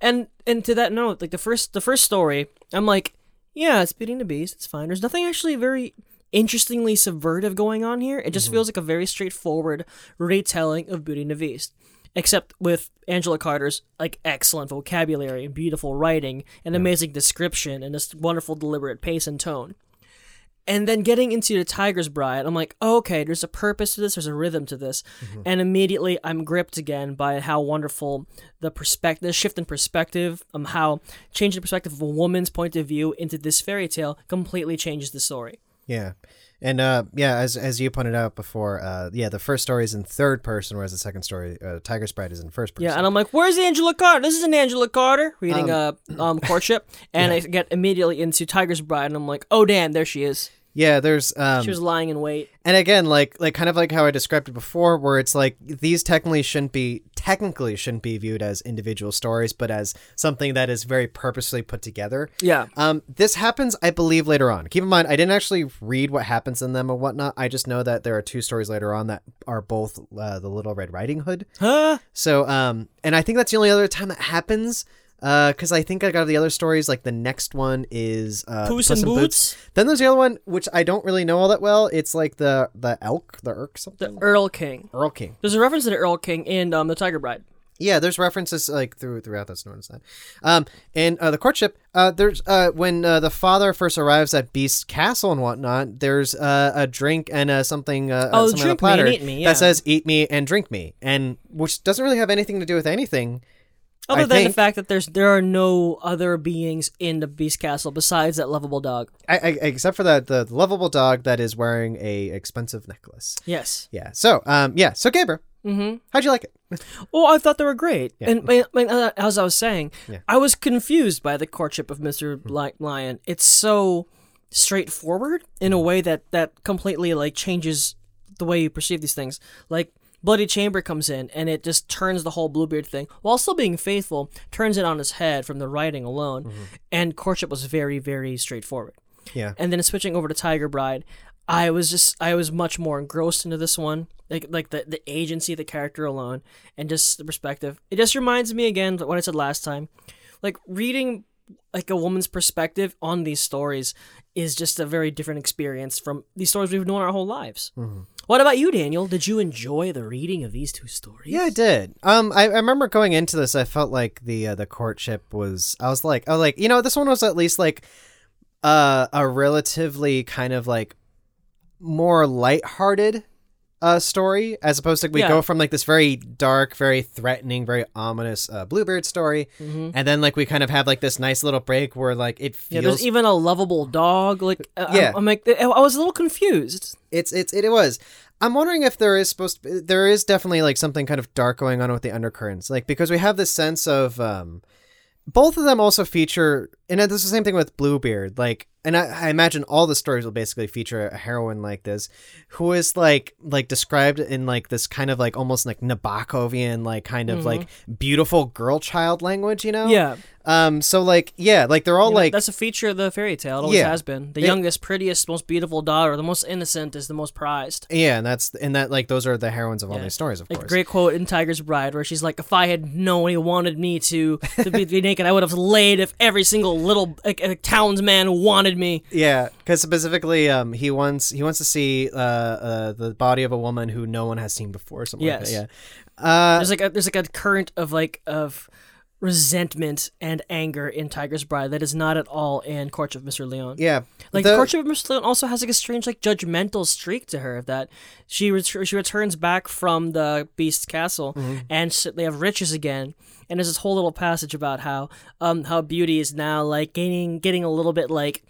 Speaker 2: And and to that note, like the first the first story, I'm like, yeah, it's Beauty and the Beast. It's fine. There's nothing actually very interestingly subvertive going on here. It just feels like a very straightforward retelling of Beauty and the Beast, except with Angela Carter's like excellent vocabulary and beautiful writing and amazing description and this wonderful deliberate pace and tone. And then getting into the Tiger's Bride, I'm like, oh, okay, there's a purpose to this, there's a rhythm to this. And immediately I'm gripped again by how wonderful the perspective, the shift in perspective, um, how changing the perspective of a woman's point of view into this fairy tale completely changes the story.
Speaker 1: Yeah. And uh, yeah, as as you pointed out before, uh, yeah, the first story is in third person, whereas the second story, uh, Tiger Sprite, is in first person.
Speaker 2: Yeah, and I'm like, where's Angela Carter? This isn't Angela Carter reading uh, um, Courtship. And I get immediately into Tiger's Bride, and I'm like, oh, damn, there she is.
Speaker 1: yeah, there's um,
Speaker 2: She was lying in wait.
Speaker 1: and again, like like kind of like how I described it before, where it's like these technically shouldn't be technically shouldn't be viewed as individual stories, but as something that is very purposely put together.
Speaker 2: Yeah.
Speaker 1: Um, this happens, I believe, later on. Keep in mind, I didn't actually read what happens in them and whatnot. I just know that there are two stories later on that are both uh, the Little Red Riding Hood.
Speaker 2: Huh?
Speaker 1: So, um, and I think that's the only other time that happens. Uh, because I think I got the other stories. Like the next one is uh,
Speaker 2: Puss
Speaker 1: Puss
Speaker 2: in
Speaker 1: in
Speaker 2: Boots?
Speaker 1: Then there's the other one, which I don't really know all that well. It's like the the elk, the Urk
Speaker 2: The
Speaker 1: something,
Speaker 2: Earl King.
Speaker 1: Earl King.
Speaker 2: There's a reference to the Earl King in um, The Tiger Bride.
Speaker 1: Yeah, there's references like through throughout that's known as that. Um, and uh, the courtship. Uh, there's uh when uh, the father first arrives at Beast Castle and whatnot. There's uh, a drink and uh, something. Uh, uh,
Speaker 2: Oh,
Speaker 1: something on a
Speaker 2: drink me and
Speaker 1: platter
Speaker 2: eat me, yeah.
Speaker 1: That says "eat me and drink me," and which doesn't really have anything to do with anything.
Speaker 2: Other
Speaker 1: I
Speaker 2: than the
Speaker 1: think-
Speaker 2: fact that there's there are no other beings in the Beast Castle besides that lovable dog.
Speaker 1: I, I, except for that the lovable dog that is wearing a expensive necklace.
Speaker 2: Yes.
Speaker 1: Yeah. So um yeah. So Gabriel,
Speaker 2: Mm-hmm.
Speaker 1: how'd you like it?
Speaker 2: Oh, I thought they were great.
Speaker 1: Yeah.
Speaker 2: And, and- and, uh, as I was saying,
Speaker 1: Yeah.
Speaker 2: I was confused by the courtship of Mr. Li- Lion. It's so straightforward in a
Speaker 1: Mm-hmm.
Speaker 2: way that that completely like changes the way you perceive these things. Like Bloody Chamber comes in and it just turns the whole Bluebeard thing, while still being faithful, turns it on his head from the writing alone.
Speaker 1: Mm-hmm.
Speaker 2: And courtship was very, very straightforward
Speaker 1: Yeah.
Speaker 2: and then switching over to Tiger Bride, I was just I was much more engrossed into this one, like like the the agency, of the character alone, and just the perspective. It just reminds me again what I said last time, like reading like a woman's perspective on these stories is just a very different experience from these stories we've known our whole lives.
Speaker 1: Mm-hmm.
Speaker 2: What about you, Daniel? Did you enjoy the reading of these two stories?
Speaker 1: Yeah, I did. Um, I, I remember going into this, I felt like the uh, the courtship was. I was like, oh, like you know, this one was at least like, uh, a relatively kind of like more lighthearted, uh, story as opposed to we
Speaker 2: Yeah.
Speaker 1: go from like this very dark, very threatening, very ominous uh, Bluebeard story, and then like we kind of have like this nice little break where like it
Speaker 2: Mm-hmm. Yeah,
Speaker 1: feels
Speaker 2: there's even a lovable dog. Like, I-
Speaker 1: Yeah.
Speaker 2: I'm, I'm like, I was a little confused.
Speaker 1: It's it's it, was. I'm wondering if there is supposed to be, there is definitely like something kind of dark going on with the undercurrents, like because we have this sense of um, both of them also feature, and this is the same thing with Bluebeard, like, and I, I imagine all the stories will basically feature a heroine like this, who is like like described in like this kind of like almost like Nabokovian like kind of like beautiful girl child language, you know?
Speaker 2: Mm-hmm. Yeah.
Speaker 1: Um. So like yeah, like they're all
Speaker 2: You know,
Speaker 1: like
Speaker 2: that's a feature of the fairy tale. It always
Speaker 1: Yeah.
Speaker 2: has been. The
Speaker 1: It-
Speaker 2: youngest, prettiest, most beautiful daughter, the most innocent, is the most prized.
Speaker 1: yeah, and that's and that like those are the heroines of all these stories, of
Speaker 2: Like a
Speaker 1: course.
Speaker 2: great quote in Tiger's Bride, where she's like, "If I had known he wanted me to, to be, be naked, I would have laid if every single little like, like, townsman wanted me."
Speaker 1: Yeah, because specifically, um, he wants he wants to see uh, uh the body of a woman who no one has seen before. or Something
Speaker 2: Yes.
Speaker 1: like that. Yeah. Uh,
Speaker 2: There's like a, there's like a current of like of resentment and anger in Tiger's Bride that is not at all in Courtship of Mr. Leon.
Speaker 1: yeah.
Speaker 2: Like
Speaker 1: the-
Speaker 2: courtship of Miss Sloan also has like a strange like judgmental streak to her that she ret- she returns back from the Beast's castle
Speaker 1: Mm-hmm.
Speaker 2: and s they have riches again and there's this whole little passage about how um how beauty is now like gaining getting a little bit like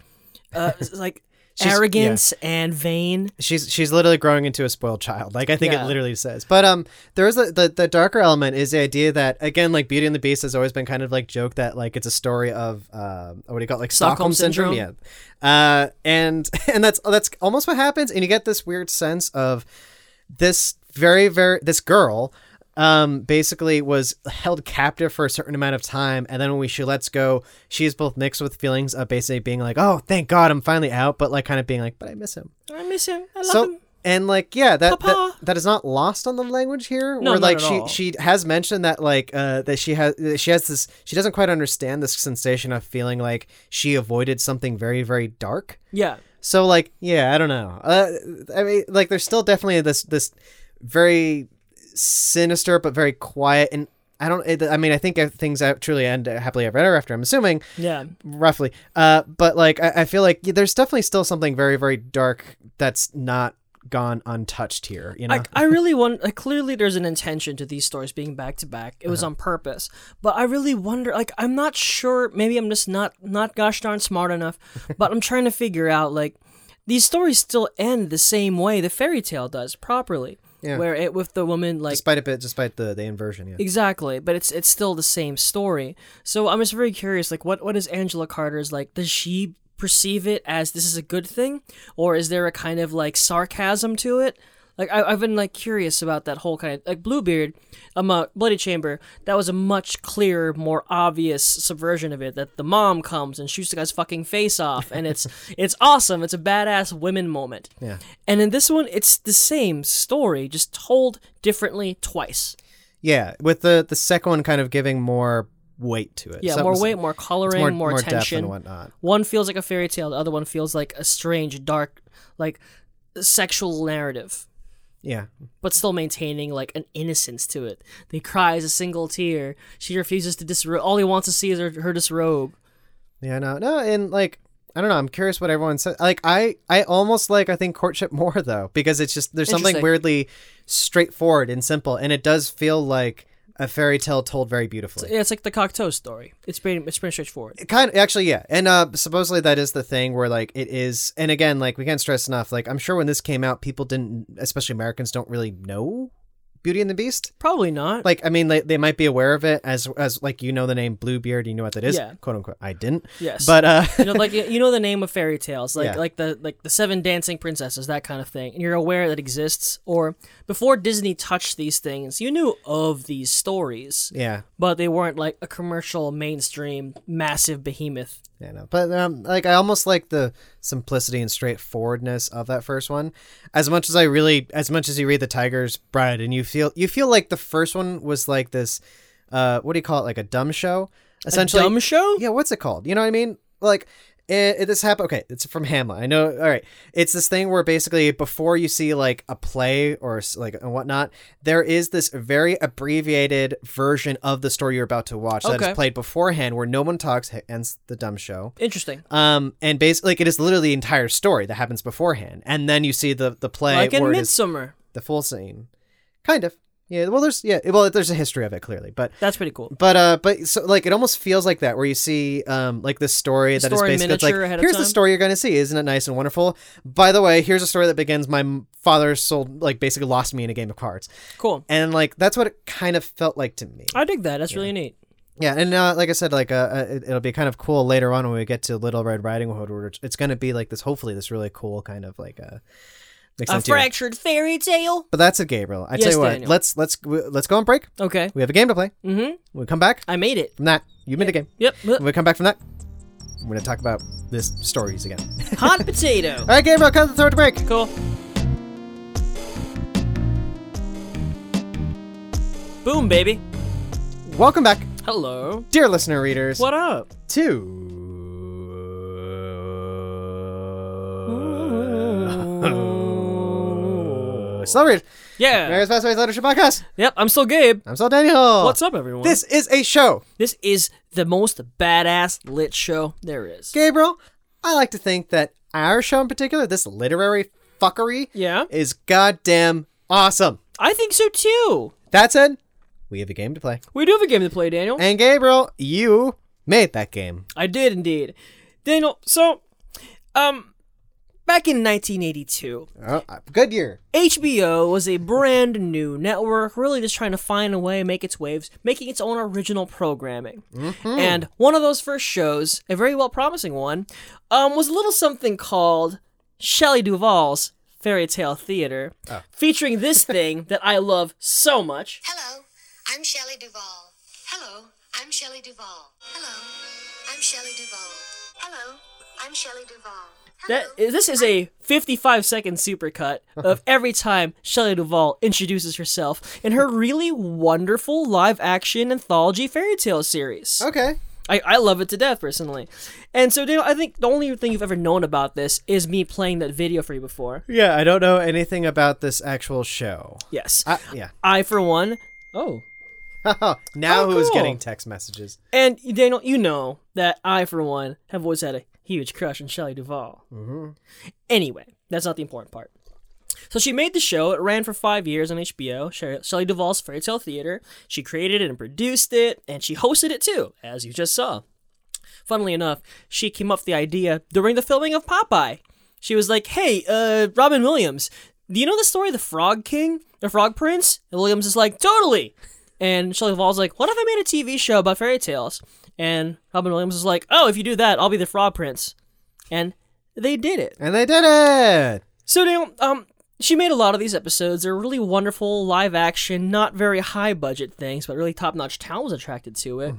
Speaker 2: uh s- like
Speaker 1: She's-
Speaker 2: arrogance and vain
Speaker 1: she's she's literally growing into a spoiled child. Like I think
Speaker 2: Yeah.
Speaker 1: it literally says. But um, there is the, the the darker element is the idea that again, like Beauty and the Beast has always been kind of like joke that like it's a story of um, what do you call it, like
Speaker 2: Stockholm
Speaker 1: Stockholm, syndrome?
Speaker 2: syndrome.
Speaker 1: Yeah, uh, and and that's that's almost what happens, and you get this weird sense of this very very this girl um basically was held captive for a certain amount of time and then when we, she lets go she's both mixed with feelings of basically being like oh thank god i'm finally out but like kind of being like but i miss him
Speaker 2: I miss him I love him
Speaker 1: so and like yeah that,
Speaker 2: Um, Papa.
Speaker 1: that that is not lost on the language here
Speaker 2: No,
Speaker 1: where
Speaker 2: not
Speaker 1: like
Speaker 2: at
Speaker 1: she
Speaker 2: all.
Speaker 1: she has mentioned that like uh that she has that she has this she doesn't quite understand this sensation of feeling like she avoided something very very dark
Speaker 2: yeah
Speaker 1: so like yeah i don't know uh i mean like there's still definitely this this very sinister but very quiet and I don't. It, I mean, I think if things out truly end happily ever after. I'm assuming
Speaker 2: Yeah.
Speaker 1: roughly. Uh, but like, I, I feel like there's definitely still something very, very dark that's not gone untouched here. You know,
Speaker 2: I, I really want like clearly there's an intention to these stories being back to back it
Speaker 1: Uh-huh.
Speaker 2: was on purpose but i really wonder like i'm not sure maybe i'm just not not gosh darn smart enough but i'm trying to figure out like these stories still end the same way the fairy tale does properly
Speaker 1: Yeah.
Speaker 2: where it with the woman like
Speaker 1: despite a bit, despite the the inversion. Yeah.
Speaker 2: Exactly, but it's it's still the same story. So I'm just very curious, like what what is Angela Carter's like? Does she perceive it as this is a good thing, or is there a kind of like sarcasm to it? Like I, I've been like curious about that whole kind of like Bluebeard, um, uh, Bloody Chamber. That was a much clearer, more obvious subversion of it. That the mom comes and shoots the guy's fucking face off, and it's it's awesome. It's a badass women moment.
Speaker 1: Yeah.
Speaker 2: And in this one, it's the same story, just told differently twice.
Speaker 1: Yeah, with the the second one kind of giving more weight to it.
Speaker 2: Yeah,
Speaker 1: Something-
Speaker 2: more weight, more
Speaker 1: it's
Speaker 2: coloring,
Speaker 1: more,
Speaker 2: more,
Speaker 1: more depth and
Speaker 2: tension.
Speaker 1: whatnot.
Speaker 2: One feels like a fairy tale, the other one feels like a strange, dark, like sexual narrative,
Speaker 1: Yeah,
Speaker 2: but still maintaining like an innocence to it. He cries a single tear. She refuses to disrobe. All he wants to see is her, her disrobe.
Speaker 1: yeah, no, no, and like I don't know. I'm curious what everyone says. Like I, I almost like I think courtship more though because it's just there's something
Speaker 2: Interesting.
Speaker 1: weirdly straightforward and simple, and it does feel like a fairy tale told very beautifully.
Speaker 2: Yeah, it's like the Cocteau story. It's pretty, it's pretty straightforward.
Speaker 1: It kind of actually yeah and uh supposedly that is the thing where like it is and again like we can't stress enough like i'm sure when this came out people didn't especially americans don't really know beauty and the beast
Speaker 2: Probably not.
Speaker 1: like i mean they, they might be aware of it as as like you know the name bluebeard you know what that is
Speaker 2: Yeah.
Speaker 1: quote unquote i didn't
Speaker 2: yes,
Speaker 1: but uh
Speaker 2: you know, like you know the name of fairy tales, like
Speaker 1: Yeah.
Speaker 2: like the like the seven dancing princesses, that kind of thing, and you're aware that exists. Or before Disney touched these things, you knew of these stories,
Speaker 1: yeah
Speaker 2: but they weren't like a commercial, mainstream, massive behemoth.
Speaker 1: Yeah, no. But um, like I almost like the simplicity and straightforwardness of that first one. As much as I really as much as you read The Tiger's Bride and you feel you feel like the first one was like this uh what do you call it? Like a dumb show? Essentially
Speaker 2: Dumb show.
Speaker 1: Yeah, what's it called? You know what I mean? Like it, it this happened okay, it's from Hamlet. I know all right. It's this thing where basically before you see like a play or s- like and whatnot, there is this very abbreviated version of the story you're about to watch that
Speaker 2: Okay.
Speaker 1: is played beforehand where no one talks, hence the dumb show.
Speaker 2: Interesting.
Speaker 1: Um, and basically, like it is literally the entire story that happens beforehand, and then you see the the play
Speaker 2: like in
Speaker 1: where it is
Speaker 2: Midsummer.
Speaker 1: the full scene, kind of. Yeah. Well, there's yeah. Well, there's a history of it clearly, but
Speaker 2: That's pretty cool.
Speaker 1: but uh, but so like it almost feels like that where you see um like this story that is
Speaker 2: story in
Speaker 1: basically it's like
Speaker 2: miniature ahead of
Speaker 1: here's the
Speaker 2: time?
Speaker 1: story you're gonna see, isn't it nice and wonderful? By the way, here's a story that begins my m- father sold like basically lost me in a game of cards,
Speaker 2: Cool.
Speaker 1: and like that's what it kind of felt like to me.
Speaker 2: I dig that. That's really neat.
Speaker 1: Yeah, and uh, like I said, like uh, uh, it- it'll be kind of cool later on when we get to Little Red Riding Hood, where it's- it's going to be like this. Hopefully, this really cool kind of like uh, mix
Speaker 2: A
Speaker 1: of two.
Speaker 2: fractured fairy tale.
Speaker 1: But that's it, Gabriel. I tell
Speaker 2: Yes,
Speaker 1: you what,
Speaker 2: Daniel.
Speaker 1: let's let's w- let's go on break.
Speaker 2: Okay.
Speaker 1: We have a game to play.
Speaker 2: Mm-hmm.
Speaker 1: When we come back
Speaker 2: I made it.
Speaker 1: from that. You made a game.
Speaker 2: Yep.
Speaker 1: When we come back from that, we're going to talk about this stories again.
Speaker 2: Hot potato.
Speaker 1: All right, Gabriel, cut the third break.
Speaker 2: Cool. Boom, baby.
Speaker 1: Welcome back,
Speaker 2: Hello.
Speaker 1: dear listener readers,
Speaker 2: What up?
Speaker 1: Uh, to Celebrate
Speaker 2: Yeah.
Speaker 1: Mary's Fast Ways Leadership Podcast.
Speaker 2: Yep, I'm still Gabe.
Speaker 1: I'm Saul Daniel.
Speaker 2: What's up, everyone?
Speaker 1: Oh. This is a show,
Speaker 2: this is the most badass lit show there is.
Speaker 1: Gabriel. I like to think that our show in particular, this literary fuckery,
Speaker 2: Yeah,
Speaker 1: is goddamn awesome.
Speaker 2: I think so too.
Speaker 1: That said, we have a game to play,
Speaker 2: We do have a game to play, Daniel.
Speaker 1: and Gabriel, you made that game.
Speaker 2: I did indeed. Daniel, so, um, back in 1982,
Speaker 1: Oh, good year.
Speaker 2: HBO was a brand new network, really just trying to find a way to make its waves, making its own original programming. And one of those first shows, a very well promising one, um, was a little something called Shelley Duvall's Fairy Tale Theater, featuring this thing that I love so much.
Speaker 3: Hello, I'm Shelley Duvall. Hello, I'm Shelley Duvall. Hello, I'm Shelley Duvall. Hello, I'm Shelley Duvall.
Speaker 2: That this is a 55 second supercut of every time Shelley Duvall introduces herself in her really wonderful live action anthology fairy tale series.
Speaker 1: Okay.
Speaker 2: I, I love it to death personally. And so Daniel, I think the only thing you've ever known about this is me playing that video for you before.
Speaker 1: Yeah, I don't know anything about this actual show.
Speaker 2: Yes.
Speaker 1: I, yeah.
Speaker 2: I for one, oh,
Speaker 1: now
Speaker 2: Oh,
Speaker 1: who's
Speaker 2: cool.
Speaker 1: getting text messages?
Speaker 2: And Daniel, you know that I, for one, have always had a huge crush on Shelley Duvall. Anyway, that's not the important part. So she made the show. It ran for five years on HBO, She- Shelley Duvall's Fairy Tale Theater. She created it and produced it, and she hosted it too, as you just saw. Funnily enough, she came up with the idea during the filming of Popeye. She was like, "Hey, uh, Robin Williams, do you know the story of the Frog King, the Frog Prince?" And Williams is like, "Totally." And Shelley Duvall's like, "What if I made a TV show about fairy tales?" And Robin Williams is like, "Oh, if you do that, I'll be the Frog Prince." And they did it.
Speaker 1: And they did it.
Speaker 2: So Daniel, um, she made a lot of these episodes. They're really wonderful, live action, not very high budget things, but really top notch talent was attracted to it.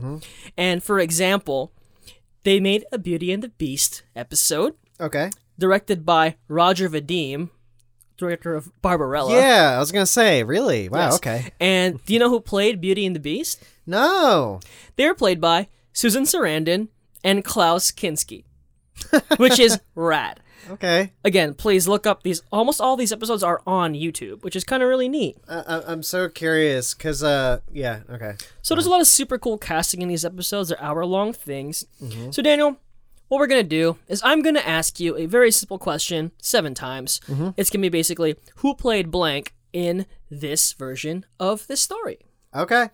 Speaker 2: And for example, they made a Beauty and the Beast episode
Speaker 1: Okay.
Speaker 2: directed by Roger Vadim, director of Barbarella.
Speaker 1: Yeah, I was gonna say. Really? Wow.
Speaker 2: Yes.
Speaker 1: Okay.
Speaker 2: And do you know who played Beauty and the Beast?
Speaker 1: No.
Speaker 2: They were played by Susan Sarandon and Klaus Kinski, which is rad.
Speaker 1: Okay.
Speaker 2: Again, please look up these. Almost all these episodes are on YouTube, which is kind of really neat.
Speaker 1: I- I- I'm so curious because uh yeah okay
Speaker 2: So there's a lot of super cool casting in these episodes. They're hour long things. So Daniel, what we're gonna do is I'm gonna ask you a very simple question seven times. It's gonna be basically who played blank in this version of this story.
Speaker 1: okay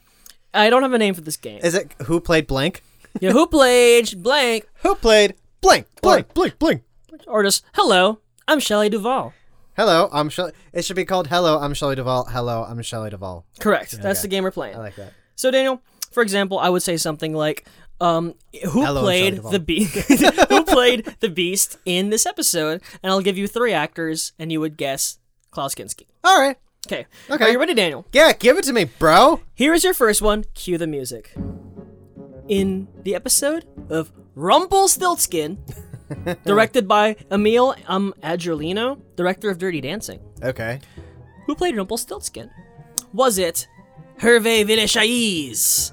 Speaker 2: I don't have a name for this game.
Speaker 1: is it who played blank
Speaker 2: yeah, who played blank?
Speaker 1: who played blank blank blank blank
Speaker 2: Or just hello, I'm Shelley Duvall.
Speaker 1: hello I'm Shelley it should be called hello I'm Shelley Duvall hello I'm Shelley Duvall
Speaker 2: Correct. That's the game we're playing.
Speaker 1: I like that
Speaker 2: So Daniel, for example, I would say something like, um, "Who
Speaker 1: Hello, Shelley
Speaker 2: played
Speaker 1: Duvall.
Speaker 2: the beast? who played the beast in this episode?" And I'll give you three actors, and you would guess Klaus Kinski.
Speaker 1: all right
Speaker 2: Okay.
Speaker 1: Okay.
Speaker 2: Are you ready, Daniel?
Speaker 1: yeah give it to me bro
Speaker 2: Here is your first one. Cue the music. In the episode of Rumpelstiltskin, directed by Emil um, Adrolino, director of Dirty Dancing,
Speaker 1: okay
Speaker 2: who played Rumpelstiltskin? Was it Hervé Villechaize,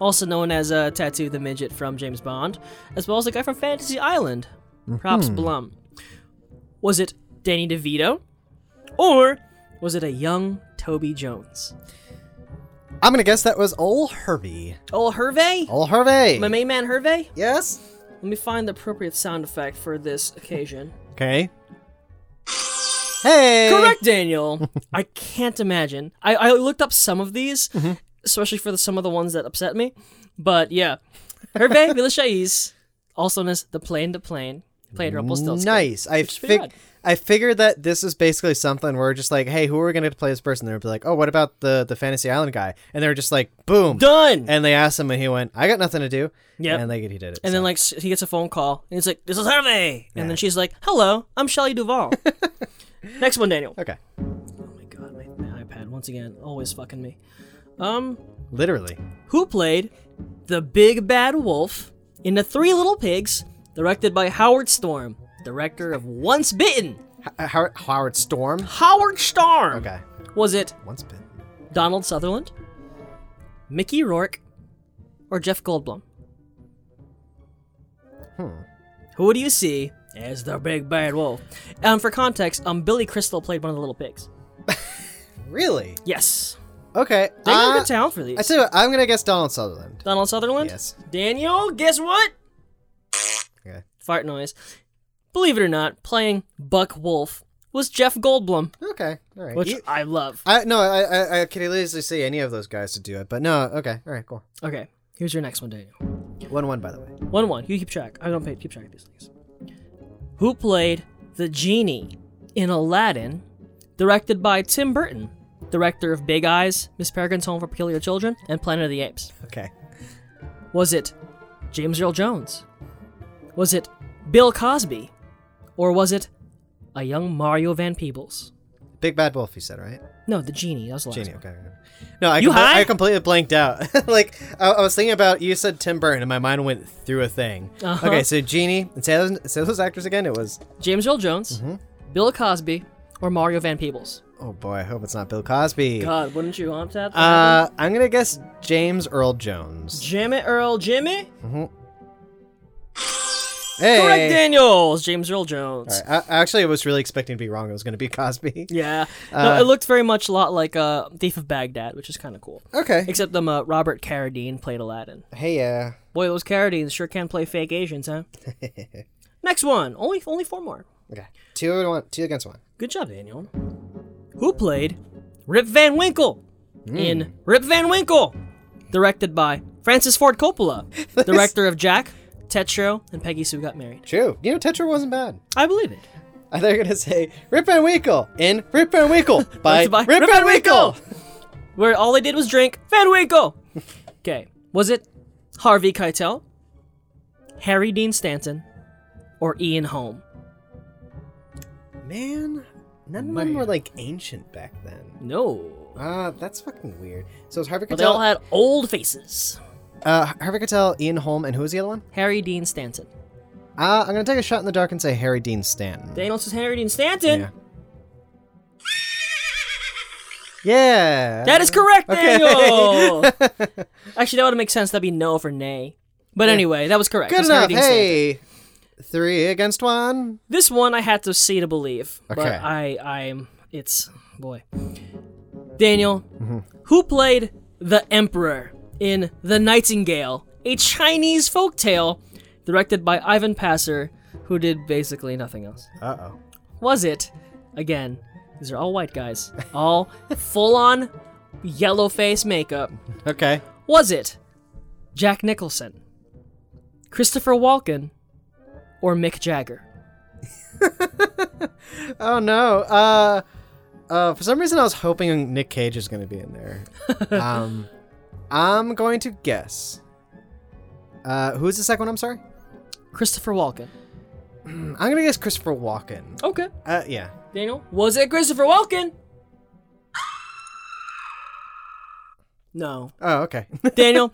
Speaker 2: also known as uh, Tattoo the Midget from James Bond, as well as the guy from Fantasy Island, Props Blum? Was it Danny DeVito? Or was it a young Toby Jones?
Speaker 1: I'm gonna guess that was old Hervey
Speaker 2: Oh, Hervé?
Speaker 1: old Hervey
Speaker 2: My main man Hervé?
Speaker 1: yes
Speaker 2: Let me find the appropriate sound effect for this occasion.
Speaker 1: okay hey
Speaker 2: Correct, Daniel. I can't imagine. I, I looked up some of these,
Speaker 1: Mm-hmm.
Speaker 2: especially for the, some of the ones that upset me. But yeah, Hervé Villechaize, also known as the plane to plane, played Rumpelstiltskin.
Speaker 1: Nice. I
Speaker 2: is pretty
Speaker 1: fig-
Speaker 2: rad.
Speaker 1: I figured that this is basically something where just like, hey, who are we gonna play this person? They're be like, oh, what about the the Fantasy Island guy? And they're just like, boom,
Speaker 2: Done.
Speaker 1: And they asked him, and he went, "I got nothing to do."
Speaker 2: Yep.
Speaker 1: And they he did it.
Speaker 2: And then like s- he gets a phone call, and he's like, "This is Hervé," and then she's like, "Hello, I'm Shelley Duvall." Next one, Daniel.
Speaker 1: okay,
Speaker 2: Oh my god, my, my iPad once again always fucking me. Um,
Speaker 1: literally,
Speaker 2: who played the big bad wolf in The Three Little Pigs, directed by Howard Storm, director of Once Bitten.
Speaker 1: H- Howard, Howard Storm.
Speaker 2: Howard Storm!
Speaker 1: Okay,
Speaker 2: Was it
Speaker 1: once been.
Speaker 2: Donald Sutherland, Mickey Rourke, or Jeff Goldblum?
Speaker 1: Hmm.
Speaker 2: Who do you see as the big bad wolf? And for context, um, Billy Crystal played one of the little pigs.
Speaker 1: Really?
Speaker 2: Yes.
Speaker 1: Okay.
Speaker 2: They got
Speaker 1: uh,
Speaker 2: a good talent for these.
Speaker 1: I tell you what, I'm gonna guess Donald Sutherland.
Speaker 2: Donald Sutherland?
Speaker 1: Yes.
Speaker 2: Daniel, guess what?
Speaker 1: Okay.
Speaker 2: fart noise. Believe it or not, playing Buck Wolf was Jeff Goldblum,
Speaker 1: Okay. All right. E-
Speaker 2: which
Speaker 1: You-
Speaker 2: I love.
Speaker 1: I no, I I, I could easily see any of those guys to do it, but no. Okay. All right. Cool.
Speaker 2: Okay, here's your next one, Daniel.
Speaker 1: One one by the way.
Speaker 2: One one. You keep track. I don't pay, keep track of these things. Who played the genie in Aladdin, directed by Tim Burton, director of Big Eyes, Miss Peregrine's Home for Peculiar Children, and Planet of the Apes?
Speaker 1: Okay.
Speaker 2: Was it James Earl Jones? Was it Bill Cosby? Or was it a young Mario Van Peebles?
Speaker 1: Big bad wolf. You said right.
Speaker 2: No, the genie. That was the last
Speaker 1: Genie.
Speaker 2: one.
Speaker 1: Okay. okay. No, I,
Speaker 2: You
Speaker 1: compl-
Speaker 2: high?
Speaker 1: I completely blanked out. like I, I was thinking about you said Tim Burton, and my mind went through a thing.
Speaker 2: Uh-huh.
Speaker 1: Okay, so Genie and say those, say those actors again. It was
Speaker 2: James Earl Jones,
Speaker 1: Mm-hmm.
Speaker 2: Bill Cosby, or Mario Van Peebles?
Speaker 1: Oh boy, I hope it's not Bill Cosby.
Speaker 2: God, wouldn't you want that? to happen?
Speaker 1: Uh, I'm gonna guess James Earl Jones.
Speaker 2: Jimmy Earl Jimmy?
Speaker 1: Hey.
Speaker 2: Correct, Daniels. James Earl Jones.
Speaker 1: All right. I, actually, I was really expecting to be wrong. It was going to be Cosby.
Speaker 2: Yeah,
Speaker 1: Uh,
Speaker 2: no, it looked very much a lot like uh, Thief of Baghdad, which is kind of cool.
Speaker 1: Okay.
Speaker 2: Except um, uh, Robert Carradine played Aladdin.
Speaker 1: Hey, uh, yeah.
Speaker 2: Boy, those Carradines sure can play fake Asians, huh? Next one. Only only four more.
Speaker 1: Okay. Two and one. Two against one.
Speaker 2: Good job, Daniel. Who played Rip Van Winkle
Speaker 1: Hmm.
Speaker 2: in Rip Van Winkle, directed by Francis Ford Coppola, director of Jack, Tetro, and Peggy Sue Got Married.
Speaker 1: True. You know, Tetra wasn't bad.
Speaker 2: I believe it.
Speaker 1: I thought you were going to say Rip Van Winkle in Rip Van Winkle by,
Speaker 2: by
Speaker 1: Rip, Van Winkle.
Speaker 2: Where all they did was drink Van Winkle. Okay, was it Harvey Keitel, Harry Dean Stanton, or Ian Holm?
Speaker 1: Man, none of them were like ancient back then.
Speaker 2: No,
Speaker 1: Ah, that's fucking weird. So it's Harvey
Speaker 2: but they all
Speaker 1: Keitel,
Speaker 2: had old faces.
Speaker 1: uh, Harvey Keitel, Ian Holm, and who was the other one?
Speaker 2: Harry Dean Stanton.
Speaker 1: Uh, I'm gonna take a shot in the dark and say Harry Dean Stanton.
Speaker 2: Daniel says Harry Dean Stanton.
Speaker 1: Yeah. Yeah.
Speaker 2: That is correct,
Speaker 1: Okay.
Speaker 2: Daniel. Actually, that would make sense. That'd be no for nay. But anyway, that was correct.
Speaker 1: Good
Speaker 2: It's Harry
Speaker 1: enough.
Speaker 2: Dean Stanton.
Speaker 1: Hey, three against one.
Speaker 2: This one I had to see to believe.
Speaker 1: Okay.
Speaker 2: But I I'm it's boy. Daniel, who played the Emperor in The Nightingale, a Chinese folktale directed by Ivan Passer, who did basically nothing else?
Speaker 1: Uh oh.
Speaker 2: Was it again? These are all white guys, all full-on yellow face makeup.
Speaker 1: Okay.
Speaker 2: Was it Jack Nicholson, Christopher Walken, or Mick Jagger?
Speaker 1: Oh no. Uh, uh, for some reason I was hoping Nick Cage is gonna be in there. um, I'm going to guess. Uh, who's the second one? I'm sorry.
Speaker 2: Christopher Walken.
Speaker 1: I'm gonna guess Christopher Walken.
Speaker 2: Okay.
Speaker 1: Uh, yeah.
Speaker 2: Daniel, was it Christopher Walken? No.
Speaker 1: Oh, okay.
Speaker 2: Daniel,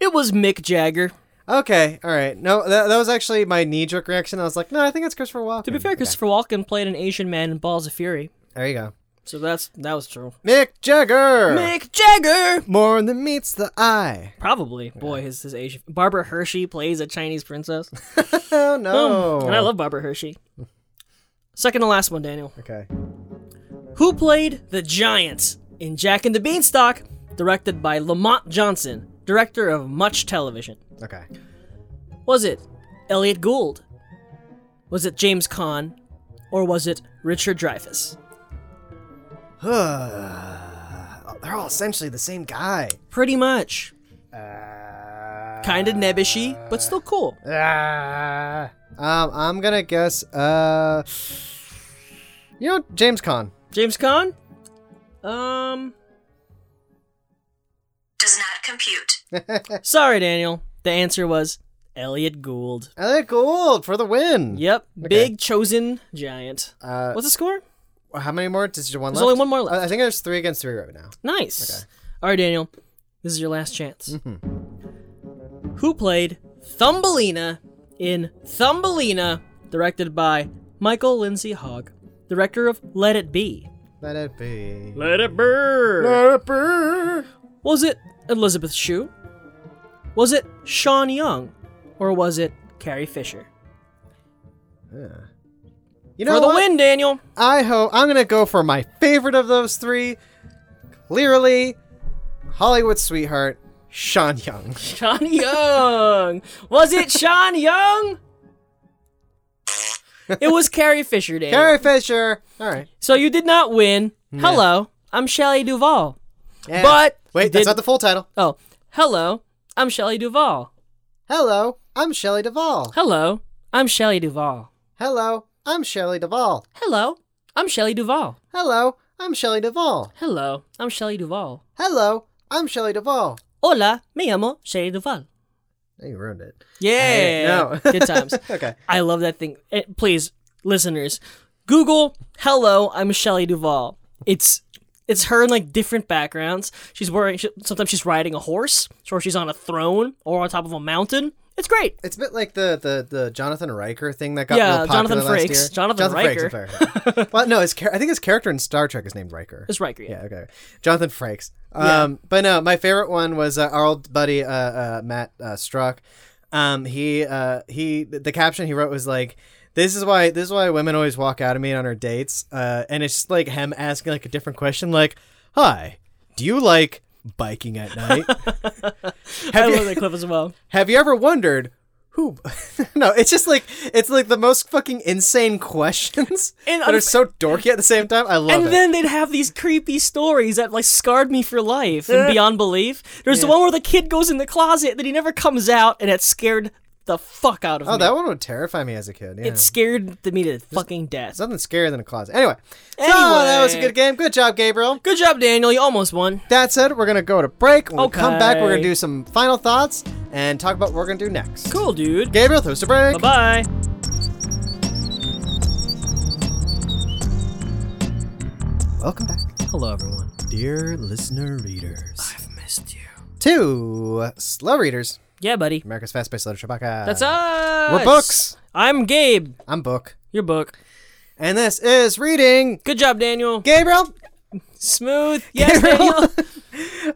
Speaker 2: it was Mick Jagger.
Speaker 1: okay. All right. No, that, that was actually my knee-jerk reaction. I was like, no, I think it's Christopher Walken.
Speaker 2: To be fair,
Speaker 1: Okay.
Speaker 2: Christopher Walken played an Asian man in Balls of Fury.
Speaker 1: There you go.
Speaker 2: So that's that was true.
Speaker 1: Mick Jagger.
Speaker 2: Mick Jagger!
Speaker 1: More than meets the eye.
Speaker 2: Probably. Boy, his his Asian Barbara Hershey plays a Chinese princess.
Speaker 1: Oh no.
Speaker 2: And I love Barbara Hershey. Second to last one, Daniel.
Speaker 1: Okay.
Speaker 2: Who played the Giants in Jack and the Beanstalk, directed by Lamont Johnson, director of much television?
Speaker 1: Okay.
Speaker 2: Was it Elliot Gould? Was it James Caan? Or was it Richard Dreyfuss?
Speaker 1: They're all essentially the same guy.
Speaker 2: Pretty much.
Speaker 1: Uh,
Speaker 2: Kinda nebbishy, but still cool.
Speaker 1: Ah. um, I'm gonna guess. Uh, you know, James Con.
Speaker 2: James Caan? Um,
Speaker 3: Does not compute.
Speaker 2: sorry, Daniel. The answer was Elliot Gould.
Speaker 1: Alec Gould for the win.
Speaker 2: Yep, big chosen giant.
Speaker 1: Uh,
Speaker 2: What's the score?
Speaker 1: how many more? Just one
Speaker 2: There's
Speaker 1: left? Uh,
Speaker 2: only one more left.
Speaker 1: I I think there's three against three right now.
Speaker 2: Nice. All right, Daniel. This is your last chance. Who played Thumbelina in Thumbelina, directed by Michael Lindsay Hogg, director of Let It Be?
Speaker 1: Let it be.
Speaker 2: Let It Burn.
Speaker 1: it be.
Speaker 2: Was it Elizabeth Shue? Was it Sean Young? Or was it Carrie Fisher?
Speaker 1: You know
Speaker 2: For the
Speaker 1: what?
Speaker 2: win, Daniel.
Speaker 1: I hope I'm gonna go for my favorite of those three. Clearly, Hollywood sweetheart Sean Young.
Speaker 2: Sean Young. Was it Sean Young? It was Carrie Fisher, Daniel.
Speaker 1: Carrie Fisher. All right.
Speaker 2: So you did not win. Hello, I'm Shelley Duvall.
Speaker 1: Yeah.
Speaker 2: But
Speaker 1: Eh, wait,
Speaker 2: did-
Speaker 1: that's not the full title.
Speaker 2: Oh, hello, I'm Shelley Duvall.
Speaker 1: Hello, I'm Shelley Duvall.
Speaker 2: Hello, I'm Shelley Duvall.
Speaker 1: Hello, I'm Shelley Duvall.
Speaker 2: Hello, I'm Shelley Duvall.
Speaker 1: Hello, I'm Shelley Duvall.
Speaker 2: Hello, I'm Shelley Duvall.
Speaker 1: Hello, I'm Shelley Duvall.
Speaker 2: Hola, me llamo Shelley Duvall.
Speaker 1: Now you ruined it.
Speaker 2: Yeah,
Speaker 1: no.
Speaker 2: good times.
Speaker 1: Okay.
Speaker 2: I love that thing. Eh, Please, listeners, Google "Hello, I'm Shelley Duvall." It's it's her in like different backgrounds. She's wearing. She, sometimes she's riding a horse, or she's on a throne, or on top of a mountain. It's great.
Speaker 1: It's a bit like the, the, the Jonathan Riker thing that got
Speaker 2: Yeah,
Speaker 1: real
Speaker 2: Jonathan
Speaker 1: popular last
Speaker 2: Frakes.
Speaker 1: year.
Speaker 2: Jonathan
Speaker 1: Frakes, I'm sorry. well, no, his char- I think his character in Star Trek is named Riker.
Speaker 2: It's Riker. Yeah.
Speaker 1: Yeah, okay. Jonathan Frakes. Um, But no, my favorite one was uh, our old buddy uh, uh, Matt uh, Strzok. Um, he uh, he the caption he wrote was like, "This is why this is why women always walk out of me on our dates." Uh, and it's just like him asking like a different question, like, "Hi, do you like biking at night?
Speaker 2: I
Speaker 1: have
Speaker 2: love
Speaker 1: you
Speaker 2: that clip as well.
Speaker 1: have you ever wondered?" Who? no, it's just like it's like the most fucking insane questions
Speaker 2: And
Speaker 1: that
Speaker 2: I'm-
Speaker 1: are so dorky at the same time. I love
Speaker 2: and
Speaker 1: it.
Speaker 2: then they'd have these creepy stories that like scarred me for life and beyond belief. There's the one where the kid goes in the closet that he never comes out, and it scared the fuck out of
Speaker 1: oh,
Speaker 2: me.
Speaker 1: that one would terrify me as a kid. Yeah.
Speaker 2: it scared to me to fucking death.
Speaker 1: Something scarier than a closet. Anyway, so that was a
Speaker 2: Anyway.
Speaker 1: good game. Good job, Gabriel.
Speaker 2: Good job, Daniel. You almost won.
Speaker 1: That said, we're gonna go to break. When we come back, we're
Speaker 2: Okay.
Speaker 1: gonna do some final thoughts and talk about what we're gonna do next.
Speaker 2: Cool, dude.
Speaker 1: Gabriel, throws to break.
Speaker 2: Bye bye.
Speaker 1: Welcome back,
Speaker 2: Hello, everyone.
Speaker 1: dear listener readers.
Speaker 2: I've missed you.
Speaker 1: To slow readers,
Speaker 2: Yeah, buddy.
Speaker 1: America's fast paced letter Chewbacca.
Speaker 2: That's us.
Speaker 1: We're books.
Speaker 2: I'm Gabe.
Speaker 1: I'm book,
Speaker 2: Your book.
Speaker 1: and this is reading.
Speaker 2: Good job, Daniel.
Speaker 1: Gabriel,
Speaker 2: Smooth. Yes,
Speaker 1: Gabriel.
Speaker 2: Daniel.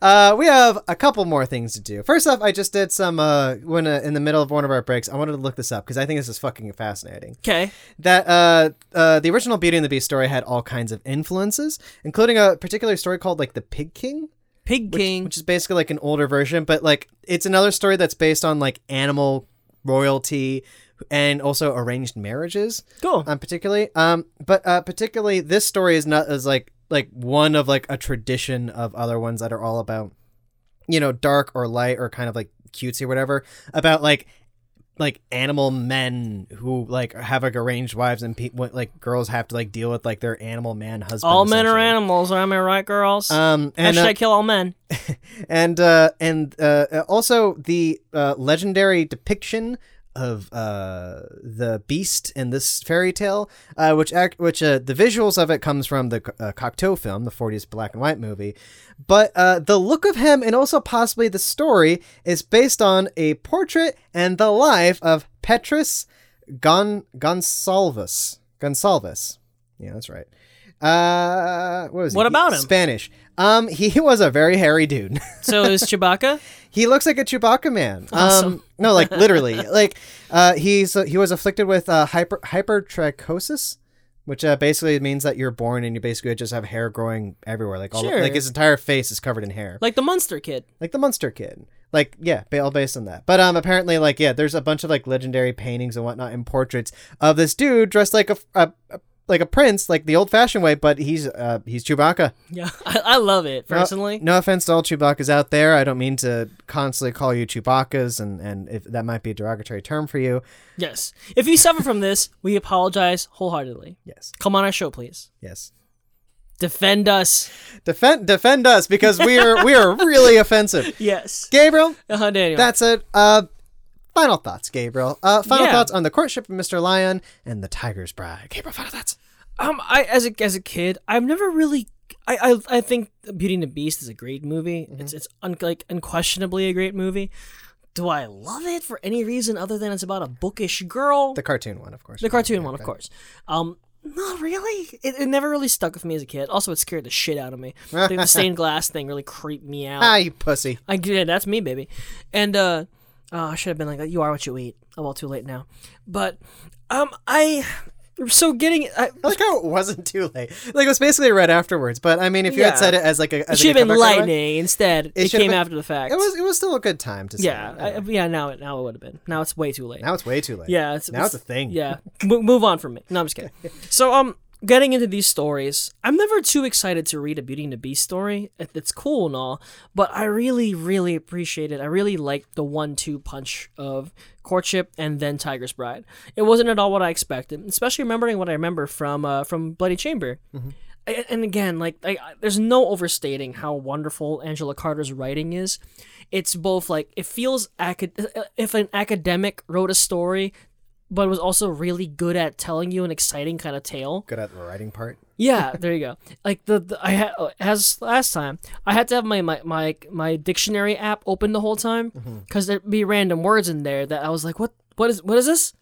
Speaker 1: Uh, we have a couple more things to do. First off, I just did some uh, when uh, in the middle of one of our breaks. I wanted to look this up because I think this is fucking fascinating.
Speaker 2: Okay.
Speaker 1: that uh, uh, the original Beauty and the Beast story had all kinds of influences, including a particular story called like the Pig King,
Speaker 2: Pig King.
Speaker 1: which is basically like an older version, but like it's another story that's based on like animal royalty and also arranged marriages
Speaker 2: cool.
Speaker 1: um, particularly. Um, but uh, particularly this story is not as like like one of like a tradition of other ones that are all about, you know, dark or light or kind of like cutesy or whatever about like like animal men who like have like arranged wives and pe- what, like girls have to like deal with like their animal man husband.
Speaker 2: all men are
Speaker 1: essentially.
Speaker 2: animals. Am I right, girls?
Speaker 1: Um, and
Speaker 2: Hashtag
Speaker 1: uh,
Speaker 2: kill all men.
Speaker 1: and uh, and uh, also the uh, legendary depiction of uh, the beast in this fairy tale, uh, which act, which uh, the visuals of it comes from the uh, Cocteau film, the 40s black and white movie, but uh, the look of him and also possibly the story is based on a portrait and the life of Petrus Gon Gonsalves. Gonsalves. Yeah, that's right. Uh, what was
Speaker 2: What
Speaker 1: he?
Speaker 2: about him?
Speaker 1: Spanish. Um, he was a very hairy dude.
Speaker 2: So is Chewbacca.
Speaker 1: He looks like a Chewbacca man.
Speaker 2: Awesome.
Speaker 1: Um, no, like literally, like uh, he's he was afflicted with uh, hyper hypertrichosis, which uh, basically means that you're born and you basically just have hair growing everywhere. Like all
Speaker 2: Sure.
Speaker 1: like his entire face is covered in hair, like,
Speaker 2: Like the Munster kid.
Speaker 1: the Munster kid. Like yeah, ba- all based on that. But um, apparently, like yeah, there's a bunch of like legendary paintings and whatnot and portraits of this dude dressed like a, f- a- a- like a prince, like the old-fashioned way, but he's uh, he's Chewbacca.
Speaker 2: Yeah, I, I love it
Speaker 1: No-
Speaker 2: personally.
Speaker 1: No, offense to all Chewbacca's out there. I don't mean to constantly call you Chewbacca's, and and if that might be a derogatory term for you.
Speaker 2: Yes. If you suffer from this, we apologize wholeheartedly.
Speaker 1: Yes,
Speaker 2: Come on our show, please.
Speaker 1: yes.
Speaker 2: Defend us.
Speaker 1: Defend defend us because we are we are really offensive.
Speaker 2: Yes.
Speaker 1: Gabriel,
Speaker 2: Uh, Daniel.
Speaker 1: that's it. Uh, final thoughts, Gabriel. Uh, final
Speaker 2: Yeah.
Speaker 1: thoughts on the courtship of Mr. Lion and the Tiger's Bride. Gabriel, final thoughts.
Speaker 2: um, I as a as a kid, I've never really. I, I, I think Beauty and the Beast is a great movie.
Speaker 1: Mm-hmm.
Speaker 2: It's it's un, like unquestionably a great movie. Do I love it for any reason other than it's about a bookish girl?
Speaker 1: The cartoon one, of course.
Speaker 2: The cartoon one, of course. Um, not really. It, it never really stuck with me as a kid. Also, it scared the shit out of me. Like, the stained glass thing really creeped me out.
Speaker 1: Ah, you pussy.
Speaker 2: I yeah, that's me, baby. And uh, oh, I should have been like, "You are what you eat." I'm all too late now. But um, I so getting. I,
Speaker 1: I like how it wasn't too late. Like it was basically right afterwards. But I mean, if you
Speaker 2: Yeah.
Speaker 1: had said it as like a,
Speaker 2: it
Speaker 1: as like
Speaker 2: should
Speaker 1: a
Speaker 2: have been
Speaker 1: comeback, right?
Speaker 2: lightning instead. It,
Speaker 1: should've
Speaker 2: came
Speaker 1: been-
Speaker 2: after the fact.
Speaker 1: It was it was still a good time to say.
Speaker 2: Yeah,
Speaker 1: that.
Speaker 2: I, yeah. Now it now it would have been. Now it's way too late.
Speaker 1: Now it's way too late.
Speaker 2: Yeah, it's,
Speaker 1: now it's, a thing.
Speaker 2: Yeah, Mo- move on from me. No, I'm just kidding. So, um, getting into these stories, I'm never too excited to read a Beauty and the Beast story. It- It's cool and all, but I really, really appreciate it. I really liked the one-two punch of courtship and then Tiger's Bride. It wasn't at all what I expected, especially remembering what I remember from uh, from Bloody Chamber. A- and again like I, I- there's no overstating how wonderful angela carter's writing is it's both like it feels acad- if an academic wrote a story but was also really good at telling you an exciting kind of tale
Speaker 1: Good at the writing part.
Speaker 2: yeah, there you go. Like the, the I had as last time, I had to have my my my, my dictionary app open the whole time
Speaker 1: Mm-hmm.
Speaker 2: because there'd be random words in there that I was like, what what is what is this?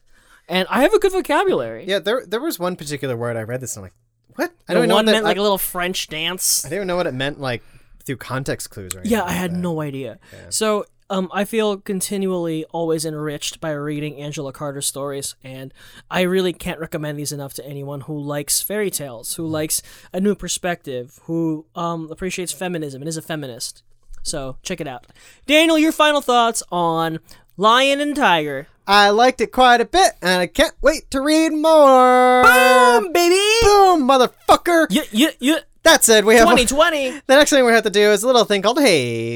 Speaker 2: And I have a good vocabulary.
Speaker 1: Yeah, there there was one particular word I read this and I'm like, what? I
Speaker 2: the
Speaker 1: don't even know what
Speaker 2: one
Speaker 1: that,
Speaker 2: meant like
Speaker 1: I,
Speaker 2: a little French dance.
Speaker 1: I didn't even know what it meant like through context clues or anything.
Speaker 2: Yeah, I had no idea. So um, I feel continually always enriched by reading Angela Carter stories, and I really can't recommend these enough to anyone who likes fairy tales,
Speaker 1: Mm-hmm.
Speaker 2: who likes a new perspective, who um, appreciates feminism and is a feminist. So check it out. Daniel, your final thoughts on Lion and Tiger.
Speaker 1: I liked it quite a bit, and I can't wait to read more.
Speaker 2: Boom, baby!
Speaker 1: Boom, motherfucker!
Speaker 2: Yeah, yeah, yeah.
Speaker 1: That said, we have
Speaker 2: 2020.
Speaker 1: the next thing we have to do is a little thing called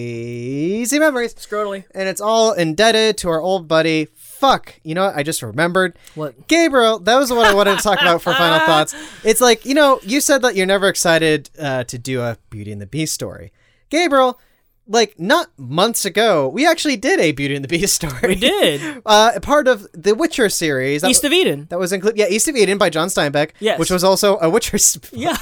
Speaker 1: hazy memories,
Speaker 2: Scrotally.
Speaker 1: and it's all indebted to our old buddy. Fuck, you know what? I just remembered.
Speaker 2: What?
Speaker 1: Gabriel, that was the one I wanted to talk about for final thoughts. It's like, you know, you said that you're never excited uh, to do a Beauty and the Beast story. Gabriel, like, not months ago, we actually did a Beauty and the Beast story.
Speaker 2: We did.
Speaker 1: Uh, part of the Witcher series. That,
Speaker 2: East of Eden.
Speaker 1: that was included. Yeah, East of Eden by John Steinbeck,
Speaker 2: Yes.
Speaker 1: which was also a Witcher. Sp-
Speaker 2: Yeah.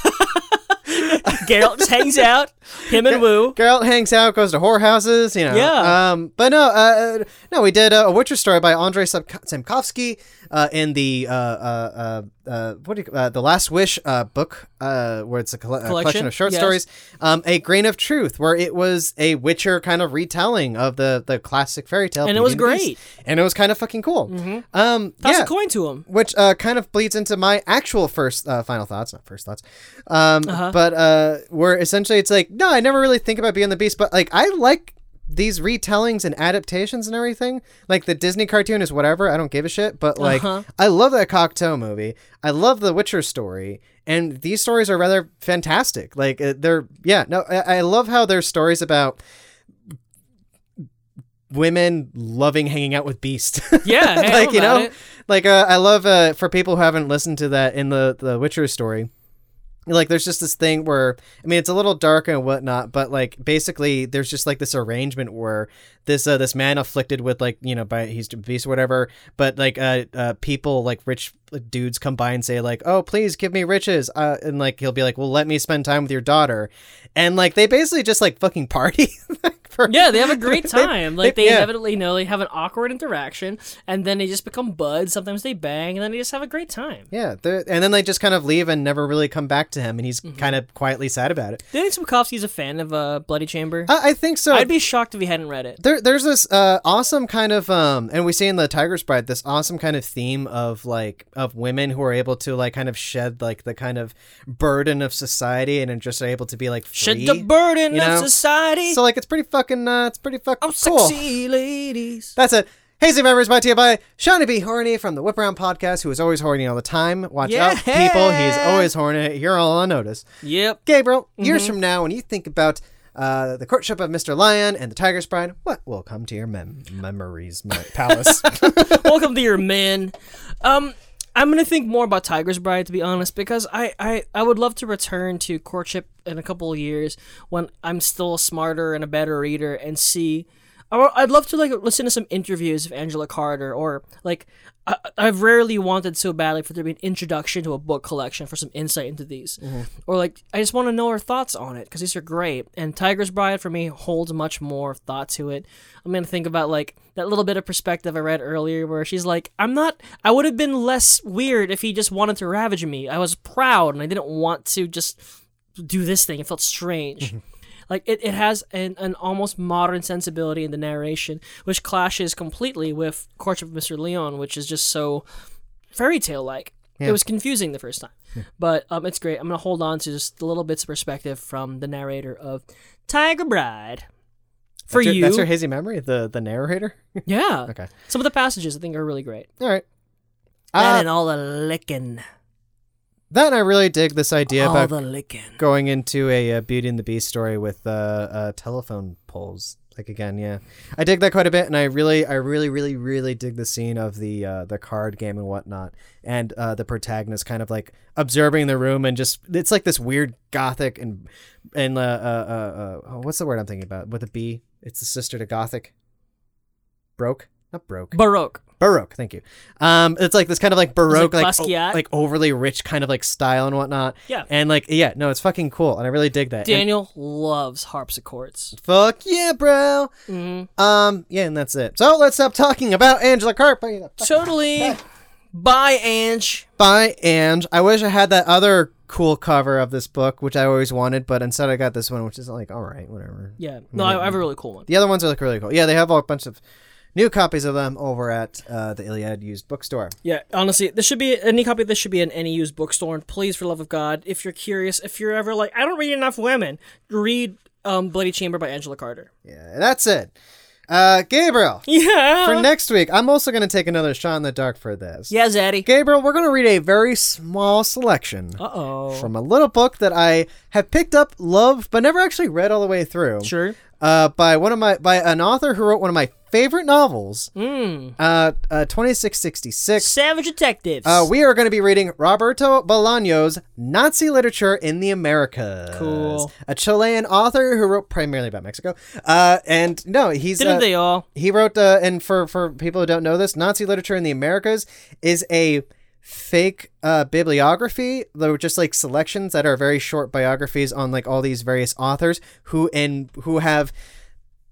Speaker 2: Geralt just hangs out. Him and Wu.
Speaker 1: Geralt hangs out, goes to whorehouses, you know.
Speaker 2: Yeah.
Speaker 1: Um, but no, uh, no, we did uh, a Witcher story by Andrei Sapk- Samkovsky uh, in the uh, uh, uh, uh, what do you, uh, the Last Wish uh, book, uh, where it's a, colle- a collection
Speaker 2: Collection,
Speaker 1: of short
Speaker 2: yes.
Speaker 1: stories. Um, a Grain of Truth, where it was a Witcher kind of retelling of the the classic fairy tale,
Speaker 2: And it was Mm-hmm.
Speaker 1: Beauty the Beast. and it was kind of fucking cool. Um,
Speaker 2: Toss
Speaker 1: yeah.
Speaker 2: a coin to him.
Speaker 1: Which uh, kind of bleeds into my actual first uh, final thoughts, not first thoughts, um, but uh, where essentially it's like, no, I never really think about being the beast, but like I like these retellings and adaptations and everything. Like the Disney cartoon is whatever, I don't give a shit, but like I love that Cocteau movie. I love the Witcher story, and these stories are rather fantastic. Like uh, they're yeah, no, I, I love how there's stories about women loving hanging out with beasts.
Speaker 2: Yeah, hey,
Speaker 1: like
Speaker 2: I'm
Speaker 1: you
Speaker 2: about
Speaker 1: know,
Speaker 2: it.
Speaker 1: like uh, I love uh, for people who haven't listened to that in the the Witcher story. Like there's just this thing where I mean it's a little dark and whatnot, but like basically there's just like this arrangement where this uh, this man afflicted with like you know by he's a beast or whatever, but like uh, uh people like rich dudes come by and say like oh please give me riches uh, and like he'll be like well let me spend time with your daughter, and like they basically just like fucking party. like, for-
Speaker 2: Yeah, they have a great time. like
Speaker 1: they-
Speaker 2: they
Speaker 1: yeah.
Speaker 2: inevitably you know they have an awkward interaction, and then they just become buds. Sometimes they bang, and then they just have a great time.
Speaker 1: Yeah, they're- and then they just kind of leave and never really come back to him, and
Speaker 2: Mm-hmm.
Speaker 1: he's kind of quietly sad about it.
Speaker 2: Do you think Sapkowski's a fan of uh, Bloody Chamber?
Speaker 1: I, I think so.
Speaker 2: I'd be shocked if he hadn't read it.
Speaker 1: there, there's this uh, awesome kind of, um, and we see in the Tiger's Bride this awesome kind of theme of like of women who are able to like kind of shed like the kind of burden of society and are just able to be like free.
Speaker 2: Shed the burden
Speaker 1: you
Speaker 2: of
Speaker 1: know?
Speaker 2: society.
Speaker 1: so like it's pretty fucking, uh, it's pretty fucking
Speaker 2: I'm
Speaker 1: cool.
Speaker 2: sexy, ladies.
Speaker 1: That's it. Hazy Memories brought to you by Shawnee B. Horny from the Whip Around Podcast, who is always horny all the time. Watch out,
Speaker 2: Yeah.
Speaker 1: people. He's always horny. You're all on notice.
Speaker 2: Yep.
Speaker 1: Gabriel, years
Speaker 2: Mm-hmm.
Speaker 1: from now, when you think about uh, the courtship of Mr. Lion and the Tiger's Bride, what will come to your mem- memories, my palace?
Speaker 2: Welcome to your men. Um, I'm gonna think more about Tiger's Bride to be honest, because I, I I would love to return to courtship in a couple of years when I'm still smarter and a better reader and see. I wa- I'd love to like listen to some interviews of Angela Carter or like I, I've rarely wanted so badly for there to be an introduction to a book collection for some insight into these, or like I just want to know her thoughts on it because these are great. And Tiger's Bride for me holds much more thought to it. I'm gonna think about like that little bit of perspective I read earlier where she's like, I'm not, I would have been less weird if he just wanted to ravage me. I was proud and I didn't want to just do this thing. It felt strange.
Speaker 1: Mm-hmm.
Speaker 2: like it, it has an, an almost modern sensibility in the narration, which clashes completely with Courtship of Mr. Leon, which is just so fairy tale like. It was confusing the first time, but um, it's great. I'm gonna hold on to just the little bits of perspective from the narrator of Tiger Bride.
Speaker 1: that's
Speaker 2: For
Speaker 1: your,
Speaker 2: you,
Speaker 1: That's your hazy memory, the, the narrator?
Speaker 2: yeah.
Speaker 1: Okay.
Speaker 2: Some of the passages I think are really great.
Speaker 1: All right.
Speaker 2: that
Speaker 1: Uh,
Speaker 2: and all the licking.
Speaker 1: that and I really dig this idea
Speaker 2: all
Speaker 1: about
Speaker 2: the licking.
Speaker 1: going into a uh, Beauty and the Beast story with uh, uh, telephone poles. Like again, yeah, I dig that quite a bit, and I really, I really, really, really dig the scene of the uh, the card game and whatnot, and uh, the protagonist kind of like observing the room and just it's like this weird gothic and and uh, uh, uh, uh, oh, what's the word I'm thinking about with a B? It's the sister to gothic. Broke, not broke.
Speaker 2: Baroque.
Speaker 1: Baroque, thank you. Um, it's like this kind of like Baroque, like o-
Speaker 2: Basquiat.
Speaker 1: like overly rich kind of like style and whatnot.
Speaker 2: Yeah.
Speaker 1: and like yeah, no, it's fucking cool, and I really dig that. And
Speaker 2: Daniel loves harpsichords.
Speaker 1: fuck yeah, bro.
Speaker 2: Mhm.
Speaker 1: Um, yeah, and that's it. So let's stop talking about Angela Carter.
Speaker 2: Totally. Bye, Ange.
Speaker 1: by Ange. I wish I had that other cool cover of this book, which I always wanted, but instead I got this one, which is like, all right, whatever.
Speaker 2: Yeah. No, I I have a really cool one.
Speaker 1: The other ones are like really cool. Yeah, they have a bunch of new copies of them over at uh, the Iliad used bookstore.
Speaker 2: Yeah, honestly, this should be any copy of this should be in any used bookstore. And please, for love of God, if you're curious, if you're ever like, I don't read enough women, read um, Bloody Chamber by Angela Carter.
Speaker 1: Yeah, and that's it. Uh, Gabriel,
Speaker 2: Yeah.
Speaker 1: for next week, I'm also going to take another shot in the dark for this.
Speaker 2: yeah, Zaddy.
Speaker 1: Gabriel, we're going to read a very small selection
Speaker 2: Uh oh.
Speaker 1: from a little book that I have picked up, loved, but never actually read all the way through.
Speaker 2: Sure.
Speaker 1: uh, by one of my by an author who wrote one of my favorite novels,
Speaker 2: Mm.
Speaker 1: uh, uh, 2666.
Speaker 2: Savage Detectives.
Speaker 1: Uh, we are going to be reading Roberto Bolaño's Nazi Literature in the Americas.
Speaker 2: Cool.
Speaker 1: A Chilean author who wrote primarily about Mexico. Uh, and no, he's
Speaker 2: Didn't
Speaker 1: uh,
Speaker 2: they all?
Speaker 1: he wrote uh, and for for people who don't know this nazi literature in the americas is a fake uh, bibliography though just like selections that are very short biographies on like all these various authors who and who have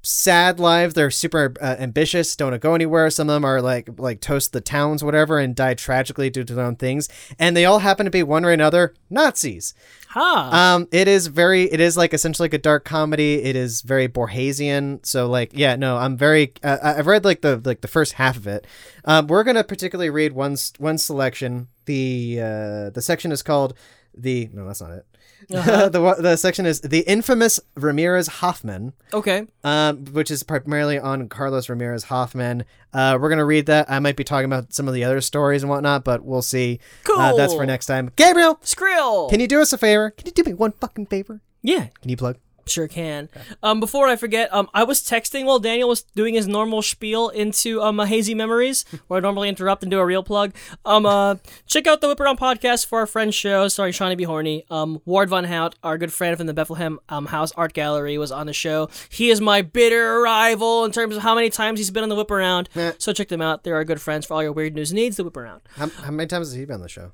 Speaker 1: sad lives they're super uh, ambitious don't go anywhere some of them are like like toast the towns whatever and die tragically due to their own things and they all happen to be one or another nazis
Speaker 2: Ha.
Speaker 1: um, it is very, it is like essentially like a dark comedy. It is very Borgesian. So like, yeah, no, I'm very, uh, I- I've read like the, like the first half of it. Um, we're going to particularly read one, s- one selection. The, uh, the section is called the, no, that's not it. the, one- the section is the infamous Ramirez Hoffman
Speaker 2: okay.
Speaker 1: um, which is primarily on Carlos Ramirez Hoffman. Uh, we're gonna read that. I might be talking about some of the other stories and whatnot, but we'll see. Uh, that's for
Speaker 2: Cool.
Speaker 1: next time. Gabriel,
Speaker 2: Skrill.
Speaker 1: can you do us a favor? Can you do me one fucking favor?
Speaker 2: yeah.
Speaker 1: Can you plug?
Speaker 2: Sure can. Um, before I forget, um, I was texting while Daniel was doing his normal spiel into um, uh, hazy memories, where I normally interrupt and do a real plug. Um, uh, check out the Whip Around podcast for our friend's show starring Shawnee B. Horny. Um, Ward Von Hout, our good friend from the Bethlehem um, House Art Gallery, was on the show. He is my bitter rival in terms of how many times he's been on the Whip Around. so check them out. They're our good friends for all your weird news needs. The Whip Around.
Speaker 1: How, how many times has he been on the show?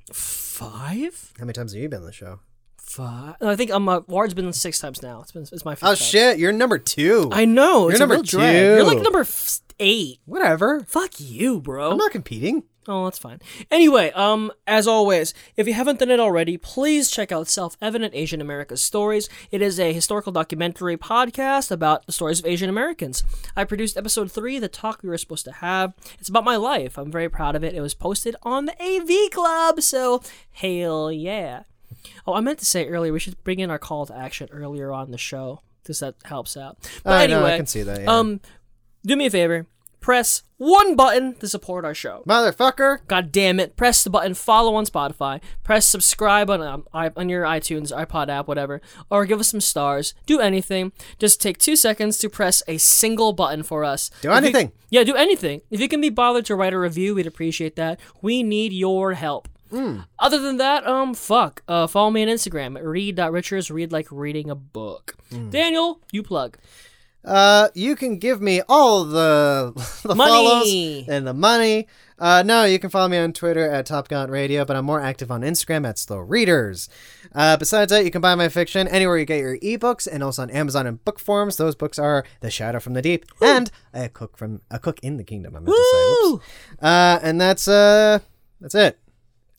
Speaker 2: Five,
Speaker 1: How many times have you been on the show?
Speaker 2: five. No, I think um, uh, Ward's been six times now. It's been it's my fifth
Speaker 1: Oh
Speaker 2: time.
Speaker 1: shit, you're number two.
Speaker 2: I know. It's
Speaker 1: You're
Speaker 2: a
Speaker 1: number
Speaker 2: real drag. You're like
Speaker 1: two.
Speaker 2: number f- eight.
Speaker 1: Whatever.
Speaker 2: Fuck you, bro.
Speaker 1: I'm not competing.
Speaker 2: oh, that's fine. Anyway, um, as always, if you haven't done it already, please check out Self Evident Asian America's Stories. It is a historical documentary podcast about the stories of Asian Americans. I produced episode three, the talk we were supposed to have. It's about my life. I'm very proud of it. It was posted on the AV Club, so hell yeah. Oh, I meant to say earlier, we should bring in our call to action earlier on in the show because that helps out. But
Speaker 1: I know,
Speaker 2: anyway,
Speaker 1: I can see that. Yeah.
Speaker 2: um, do me a favor. Press one button to support our show.
Speaker 1: Motherfucker.
Speaker 2: God damn it! Press the button. Follow on Spotify. Press subscribe on um, i- on your iTunes, iPod app, whatever, or give us some stars. Do anything. Just take two seconds to press a single button for us.
Speaker 1: Do
Speaker 2: If you-
Speaker 1: anything.
Speaker 2: yeah, do anything. If you can be bothered to write a review, we'd appreciate that. We need your help.
Speaker 1: Hmm.
Speaker 2: Other than that, um, fuck. Uh, follow me on Instagram at read.richards. Read like reading a book.
Speaker 1: Hmm.
Speaker 2: Daniel, you plug.
Speaker 1: Uh, you can give me all the, the
Speaker 2: Money.
Speaker 1: follows and the money. Uh, no, you can follow me on Twitter at Top Gun Radio, but I'm more active on Instagram at Slow Readers. Uh, besides that, you can buy my fiction anywhere you get your ebooks and also on Amazon in book forms. Those books are The Shadow from the Deep and A Cook from A Cook in the Kingdom. I meant to say. Whoops.
Speaker 2: Woo!
Speaker 1: Uh, and that's uh, that's it.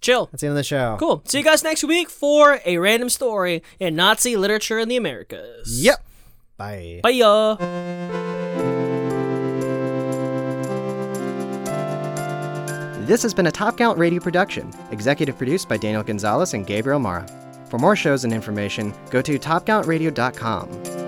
Speaker 2: Chill.
Speaker 1: That's the end of the show.
Speaker 2: Cool. See you guys next week for a random story in Nazi literature in the Americas.
Speaker 1: Yep. Bye.
Speaker 2: Bye, y'all.
Speaker 1: This has been a Top Gallant Radio production, executive produced by Daniel Gonzalez and Gabriel Mara. For more shows and information, go to topgallantradio.com.